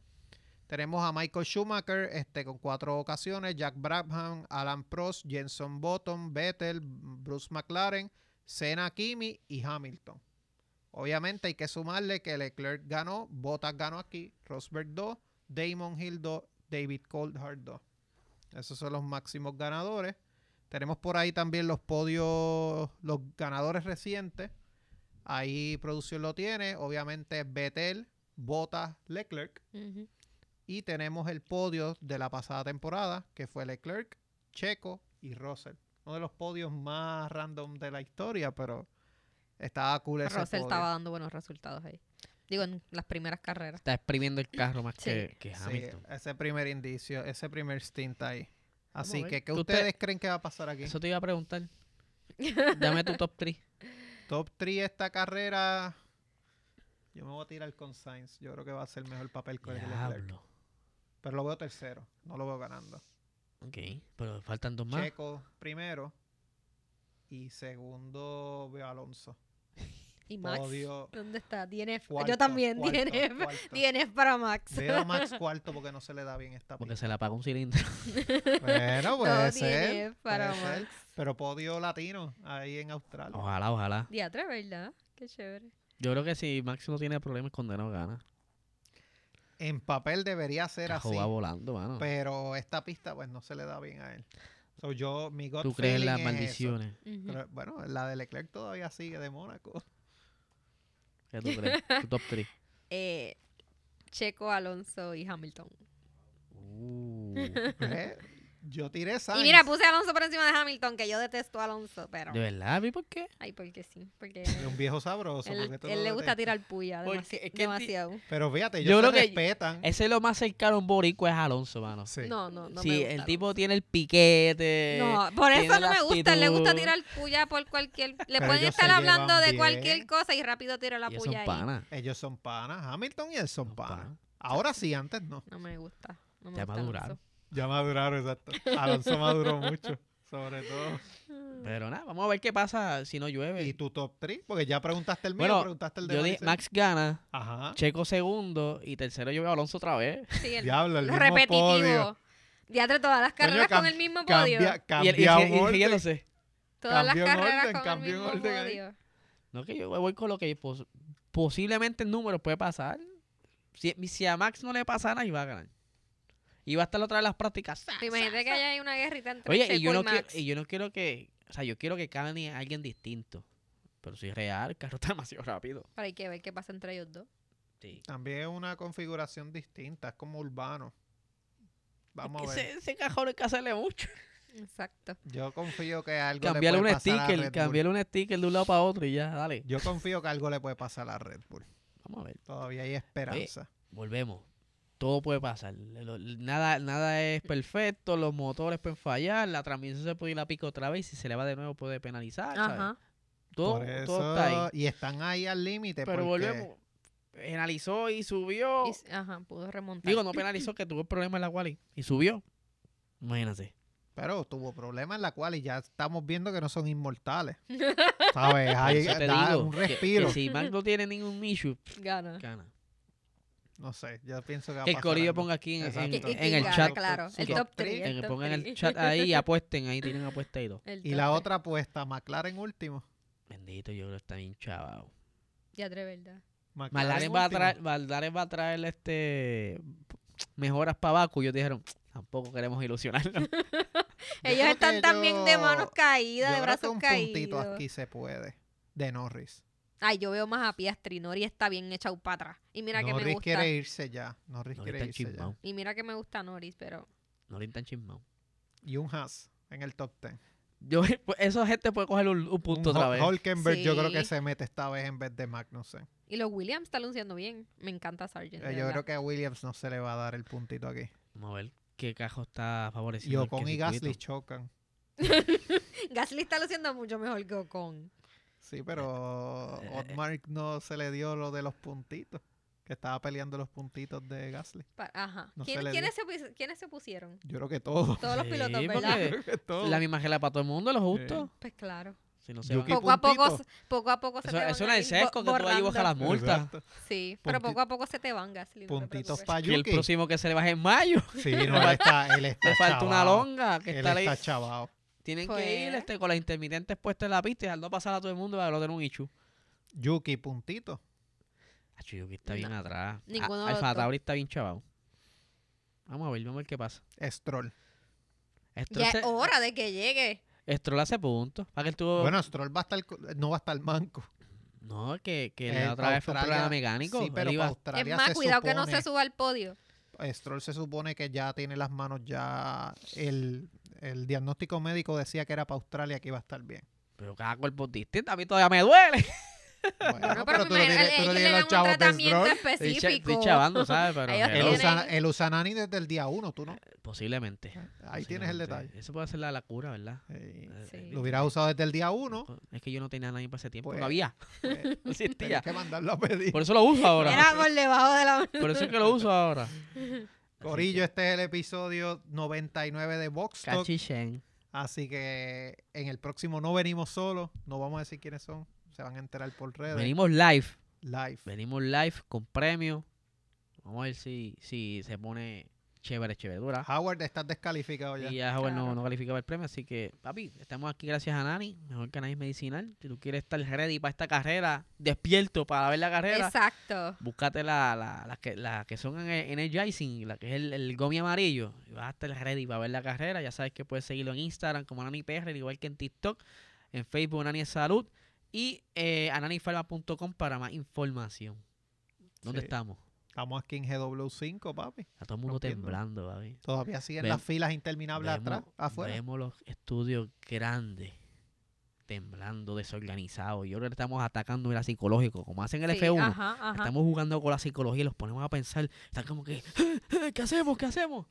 S1: Tenemos a Michael Schumacher este, con cuatro ocasiones, Jack Brabham, Alan Prost, Jenson Button, Vettel, Bruce McLaren, Senna Kimi y Hamilton. Obviamente hay que sumarle que Leclerc ganó, Bottas ganó aquí, Rosberg 2, Damon Hill 2, David Coulthard 2. Esos son los máximos ganadores. Tenemos por ahí también los podios, los ganadores recientes. Ahí producción lo tiene. Obviamente Vettel, Bottas, Leclerc.
S3: Ujú.
S1: Y tenemos el podio de la pasada temporada, que fue Leclerc, Checo y Russell. uno de los podios más random de la historia, pero estaba cool ese
S3: Russell
S1: podio.
S3: estaba dando buenos resultados ahí. Digo, en las primeras carreras.
S2: Está exprimiendo el carro más
S3: Sí.
S2: que, que
S1: Sí,
S2: Hamilton.
S1: ese primer indicio, ese primer stint ahí.
S2: a
S1: Así
S2: ver.
S1: que, ¿qué
S2: ¿Tú
S1: ustedes
S2: te-
S1: creen que va a pasar aquí?
S2: Eso te iba a preguntar. Dame tu top 3.
S1: Top 3 esta carrera. Yo me voy a tirar con Sainz. Yo creo que va a ser mejor papel con el Leclerc.
S2: Diablo.
S1: Pero lo veo tercero. No lo veo ganando.
S2: Ok, pero faltan dos más.
S1: Checo primero. Y segundo veo a Alonso.
S3: ¿Y Max?
S1: Podio
S3: ¿Dónde está? DNF.
S1: Oh, cuarto,
S3: Yo también,
S1: cuarto,
S3: DNF.
S1: cuarto.
S3: DNF para Max.
S1: Veo a Max cuarto porque no se le da bien esta
S2: Porque
S1: pista.
S2: se le apagó un cilindro.
S1: Bueno, puede
S3: Todo
S1: ser.
S3: DNF para
S1: puede ser.
S3: Max.
S1: Pero podio latino ahí en Australia.
S2: Ojalá, ojalá.
S3: Diatre, ¿verdad? Qué chévere.
S2: Yo creo que si Max no tiene problemas con no gana.
S1: En papel debería ser
S2: Cajo
S1: así.
S2: va volando, mano.
S1: Pero esta pista pues no se le da bien a él. So, yo, mi gut
S2: Tú crees en
S1: feeling
S2: las
S1: es eso.
S2: maldiciones.
S3: Ujú.
S1: Pero, bueno, la de Leclerc todavía sigue de Mónaco.
S2: ¿Qué tú crees? Tu top 3.
S3: Eh, Checo, Alonso y Hamilton.
S1: Uh.
S2: de
S1: ¿Ves? Eh, Yo tiré Sainz.
S3: Y mira, puse a Alonso por encima de Hamilton, que yo detesto a Alonso, pero...
S2: verdad, ¿vi por qué?
S3: Ay, porque sí, porque
S1: De un viejo sabroso.
S3: él,
S1: porque tú
S3: él
S1: lo
S3: le gusta
S1: detestas.
S3: tirar puya
S2: Porque
S3: demasi-
S2: es que él di-
S3: demasiado.
S1: Pero fíjate,
S2: Yo
S1: ellos se
S2: creo que-
S1: respetan.
S2: Ese es lo más cercano a un boricua es Alonso, mano.
S1: Sí.
S3: No, no, no
S2: si
S3: me gusta
S2: el
S3: Alonso.
S2: tipo tiene el piquete.
S3: No, por
S2: tiene
S3: eso no
S2: la
S3: me gusta. Él le gusta
S2: actitud.
S3: tirar puya por cualquier... Le
S1: Pero
S3: pueden
S1: ellos
S3: estar
S1: se
S3: hablando
S1: llevan
S3: de
S1: bien.
S3: cualquier cosa y rápido tira la
S2: y es un
S3: puya ahí.
S2: pana.
S1: Ellos son panas. Hamilton y él son
S2: Son
S1: panas.
S2: panas.
S1: Ahora sí, antes no.
S3: No me gusta. No me
S2: Ya
S3: gusta
S2: maduraron.
S1: Ya maduraron, exacto. Alonso maduró mucho, sobre todo.
S3: Alonso.
S2: Pero nada, vamos a ver qué pasa si no llueve.
S1: ¿Y tu top 3? Porque ya preguntaste el mío,
S2: Bueno,
S1: preguntaste el de
S2: Yo dije,
S1: Maricel.
S2: Max gana,
S1: Ajá.
S2: Checo segundo y tercero yo veo a Alonso otra vez.
S3: Sí, el-
S1: Diablo, el mismo
S3: repetitivo.
S1: podio.
S3: Diatre, todas las
S1: Coño,
S3: carreras
S1: cam-
S3: con el mismo podio.
S1: Cambia,
S2: Y
S1: cambia
S2: el- y el- y
S1: orden.
S2: riéndose.
S3: todas las
S1: cambió en
S3: carreras
S1: orden,
S3: con el
S1: cambió en
S3: mismo
S1: orden ahí.
S3: podio.
S2: No, que yo voy con lo que pos- posiblemente el número puede pasar. Si, si a Max no le pasa nada, iba a ganar. Y va a estar otra vez las prácticas. Sa,
S3: ¿Te
S2: sa,
S3: imaginas que
S2: sa.
S3: haya ahí una guerrita entre
S2: Oye,
S3: Checo
S2: y yo, no
S3: y Max?
S2: quiero, y yo no quiero que. O sea, yo quiero que gane alguien distinto. Pero si es real, el carro está demasiado rápido.
S3: Pero hay que ver qué pasa entre ellos dos.
S2: Sí.
S1: También es una configuración distinta, es como urbano. Vamos a ver.
S2: Ese, ese cajón hay que hacerle mucho.
S3: Exacto.
S1: Yo confío que algo
S2: Cambiarle
S1: le
S2: un
S1: puede pasar a Red
S2: sticker,
S1: Bull.
S2: cambiarle un sticker de un lado para otro y ya, dale.
S1: Yo confío que algo le puede pasar a Red Bull.
S2: Vamos a ver.
S1: Todavía hay esperanza.
S2: Volvemos. Todo puede pasar. Lo- Nada, nada es perfecto, los motores pueden fallar, la transmisión se puede ir a pico otra vez y si se le va de nuevo puede penalizar. Ah, ¿sabes?
S3: Ajá.
S2: Todo,
S1: Por eso,
S2: todo está ahí.
S1: Y están ahí al límite.
S2: Pero
S1: porque-
S2: volvemos. Penalizó y subió.
S1: Oh.
S3: Y s- ajá, pudo remontar.
S2: Digo, no penalizó que tuvo problemas en la Wally y subió. Imagínate.
S1: Pero tuvo problemas en la cual y ya estamos viendo que no son inmortales. ¿Sabes? Hay
S2: Por eso te
S1: da
S2: digo
S1: un
S2: que- que
S1: respiro.
S2: si Max no tiene ningún issue, pues,
S3: Gana.
S2: gana.
S1: No sé, yo pienso que va a
S2: Que el
S1: pasar
S2: corillo
S1: algo.
S2: ponga aquí en, en-
S1: Exacto.
S3: Que- que
S2: en el
S3: gana,
S2: chat.
S3: Claro,
S1: su
S3: el
S2: top
S3: top
S1: three.
S3: 3.
S2: en- pongan el chat ahí y apuesten. Ahí tienen apuesta y todo.
S1: Y la otra apuesta, McLaren último.
S2: Bendito, yo creo que está bien chavado.
S3: Ya, de verdad.
S2: Maldaren va, a traer- Maldaren va a traer este mejoras para Baku. Ellos dijeron, tampoco queremos ilusionarnos.
S3: Ellos están también de manos
S1: Yo
S3: caídas, de
S1: creo que
S3: brazos
S1: un puntito
S3: caídos.
S1: aquí se puede. De Norris.
S3: Ay, yo veo más a Piastri. Nori está bien echado para atrás. Y mira que me
S1: Norris
S3: gusta.
S1: quiere irse ya. Norris
S2: No le
S1: quiere
S2: están
S1: irse ya.
S2: chismados.
S3: Y mira que me gusta Norris, pero
S2: No le están chismados.
S1: Y un Haas en el top 10.
S2: Yo, pues, esa gente puede coger un, un punto
S1: Un
S2: otra
S1: Hol-
S2: vez.
S1: Hülkenberg yo creo que
S3: Sí.
S1: se mete esta vez en vez de Magnussen.
S3: Y los Williams están luciendo bien. Me encanta Sargent.
S1: Eh, Yo creo que a Williams no se le va a dar el puntito aquí.
S2: Vamos a ver qué cajo está
S1: Y
S2: favoreciendo. el
S1: Ocon
S2: que
S1: y
S2: circuito.
S1: Gasly chocan.
S3: Gasly está luciendo mucho mejor que Ocon.
S1: Sí, pero
S2: Eh, eh,
S1: Otmar no se le dio lo de los puntitos. Que estaba peleando los puntitos de Gasly.
S3: Pa- Ajá.
S1: No
S3: ¿Quién-
S1: se le
S3: ¿quiénes, se, pus- ¿Quiénes se pusieron?
S1: Yo creo que todo.
S3: Todos los
S2: Sí,
S3: pilotos,
S2: porque
S3: ¿verdad?
S1: Yo creo que todo.
S2: La misma regla para todo el mundo, lo justo.
S3: Pues claro.
S2: Si no se
S1: Yo
S2: van-
S1: que-
S3: Poco a poco,
S1: puntito.
S3: poco a poco se
S2: Eso,
S3: te van
S2: eso no es el
S3: a ir bo-
S2: sesco que tú ahí
S3: borrando.
S2: buscas las multas.
S1: Exacto.
S3: Sí, pero
S1: Punti-
S3: poco a poco se te van, Gasly. no te
S1: Puntitos
S3: preocupes.
S1: para
S2: Que el
S1: Yuki.
S2: próximo que se le baje en mayo.
S1: Sí, no, él está, él está
S2: Le falta una
S1: chavao.
S2: longa que
S1: Él
S2: está ahí.
S1: está chavao.
S2: Tienen que
S3: Pues.
S2: ir este, con las intermitentes puestas en la pista y dejar no pasar a todo el mundo para no tener un ichu.
S1: Yuki, puntito.
S2: Acho, Yuki está bien
S3: No,
S2: atrás. A-
S3: ninguno de los
S2: Alfa
S3: dos.
S2: Tauri está bien chavado. Vamos a ver, vamos a ver qué pasa.
S1: Stroll.
S2: Stroll,
S3: Ya
S2: se-
S3: es hora de que llegue.
S2: Stroll hace puntos. Para que él tuvo.
S1: Bueno, Stroll va a estar, co- no va a estar manco.
S2: no, que, que
S1: Eh,
S2: la otra
S1: pa'
S2: vez fue un
S1: Australia-
S2: problema mecánico.
S1: Sí,
S2: Él
S1: pero
S2: iba-
S1: para Australia
S3: es más,
S1: se
S3: cuidado que no
S1: supone-
S3: se suba al podio.
S1: Stroll se supone que ya tiene las manos ya el, el diagnóstico médico decía que era para Australia que iba a estar bien.
S2: Pero cada cuerpo es distinto. A mí todavía me duele.
S1: Bueno,
S3: No, pero, me imagino, a ellos le dan un tratamiento
S2: Estoy, cha-
S3: específico.
S2: estoy chavando, ¿sabes? Pero
S3: Ellos
S1: El,
S2: hello,
S3: tienen-
S1: usana- el usanani desde el día uno, tú no.
S2: posiblemente.
S1: Ahí tienes el
S2: posiblemente.
S1: detalle.
S2: Eso puede ser la, la cura, ¿verdad?
S1: Eh,
S2: Eh,
S3: Sí.
S2: eh,
S1: Lo hubieras usado desde el día uno.
S2: Es que yo no tenía nadie para ese tiempo.
S1: Pues-
S2: no había.
S1: eh,
S2: No existía.
S1: tenías que mandarlo a pedir.
S2: Por eso lo uso ahora.
S3: Era por debajo de la...
S2: Por eso es que lo uso ahora.
S1: Corillo, este es el episodio 99 de Vox Talk.
S2: Cachichen.
S1: Así que en el próximo no venimos solos. No vamos a decir quiénes son. Se van a enterar por redes.
S2: Venimos live.
S1: Live.
S2: Venimos live con premio. Vamos a ver si, si se pone chévere, chévere. Dura.
S1: Howard, estás descalificado Ah, ya.
S2: Y ya Howard no,
S3: Claro.
S2: no calificaba el premio, así que, papi, estamos aquí gracias a Nani, mejor que Nani Medicinal. Si tú quieres estar ready para esta carrera, despierto para ver la carrera,
S3: Exacto.
S2: búscate la, la, las que, las que son en- energizing, la que es el, el gomi amarillo. Y vas a estar ready para ver la carrera. Ya sabes que puedes seguirlo en Instagram como Nani PR, al igual que en TikTok, en Facebook Nani es Salud y eh, ananifarma.com para más información. ¿Dónde
S1: Sí.
S2: estamos?
S1: Estamos aquí en GW5, papi.
S2: Está todo el mundo
S1: Rompiendo.
S2: temblando, papi.
S1: Todavía siguen
S2: Ve-
S1: las filas interminables
S2: vemos,
S1: atrás, afuera.
S2: vemos los estudios grandes temblando, desorganizados. Yo creo que estamos atacando el psicológico, como hacen el
S3: Sí,
S2: F1.
S3: Ajá, ajá.
S2: Estamos jugando con la psicología y los ponemos a pensar. Están como que, "Ah, ¿qué hacemos? ¿Qué hacemos?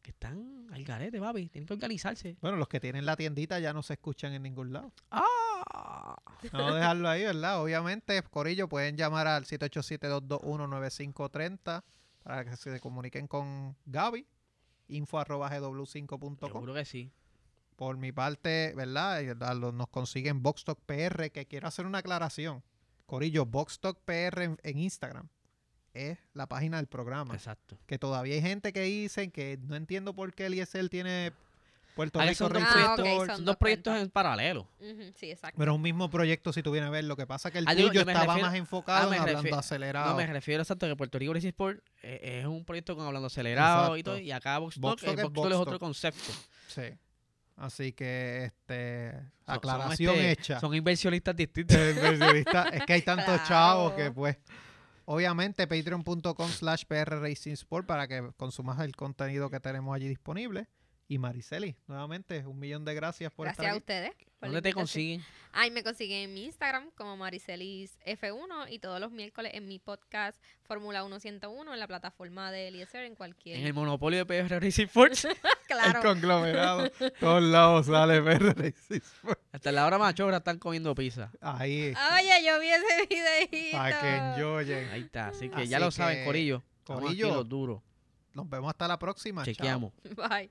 S2: Que están al garete, papi. Tienen que organizarse.
S1: Bueno, los que tienen la tiendita ya no se escuchan en ningún lado.
S2: ¡Ah!
S1: No dejarlo ahí, ¿verdad? Obviamente, Corillo, pueden llamar al 787-221-9530 para que se comuniquen con Gaby, info arroba gw5.com.
S2: Seguro que sí.
S1: Por mi parte, ¿verdad? Y a lo- Nos consiguen Boxstock PR, que quiero hacer una aclaración. Corillo, Boxstock PR en, en Instagram es la página del programa.
S2: Exacto.
S1: Que todavía hay gente que dicen que no entiendo por qué el ISL tiene Puerto
S2: Ah, que
S1: Rico
S2: son dos
S3: Ah,
S1: registrado.
S2: proyectos,
S3: ok,
S2: son
S3: son
S2: dos
S3: dos
S2: proyectos
S3: cuentas.
S2: en paralelo.
S3: Ujú, Sí, exacto.
S1: Pero un mismo proyecto si tú vienes a ver. Lo que pasa es que el
S2: Ah, digo,
S1: tuyo
S2: yo me
S1: estaba
S2: refiero-
S1: más enfocado
S2: ah, me
S1: en hablando
S2: refiero-
S1: acelerado.
S2: No, me refiero exacto que Puerto Rico Racing Sport eh, es un proyecto con hablando acelerado y
S1: Exacto.
S2: todo. Y acá Vox
S1: Vox
S2: Talk, eh,
S1: Talk es
S2: Vox Talk es
S1: Vox
S2: otro
S1: Talk.
S2: concepto.
S1: Sí. Así que, este,
S2: Son- son,
S1: aclaración
S2: este,
S1: hecha.
S2: Son inversionistas distintos.
S1: de inversionista. es que hay tantos
S3: Claro.
S1: chavos que pues obviamente patreon.com slash PR Racing Sport para que consumas el contenido que tenemos allí disponible y Mariceli nuevamente un millón de gracias por
S3: Gracias a
S1: estar aquí.
S3: ustedes. por la
S2: ¿Dónde te
S3: invitación.
S2: consiguen?
S3: Ay, me consiguen en mi Instagram como Maricelis F1 y todos los miércoles en mi podcast Fórmula 1 101 en la plataforma de Eliezer en cualquier.
S2: En el monopolio de PR Racing Force.
S1: el
S3: claro.
S1: conglomerado todos lados sale PR Racing Sport
S2: Hasta la hora machobra están comiendo pizza.
S1: ahí
S3: Oye, yo vi ese videito.
S1: para que enjoyen
S2: Ahí está. Así que
S1: Así
S2: ya lo saben,
S1: que,
S2: Corillo. Estamos aquí
S1: Corillo, ah,
S2: los duros.
S1: nos vemos hasta la próxima Chao.
S2: Chequeamos.
S3: Bye.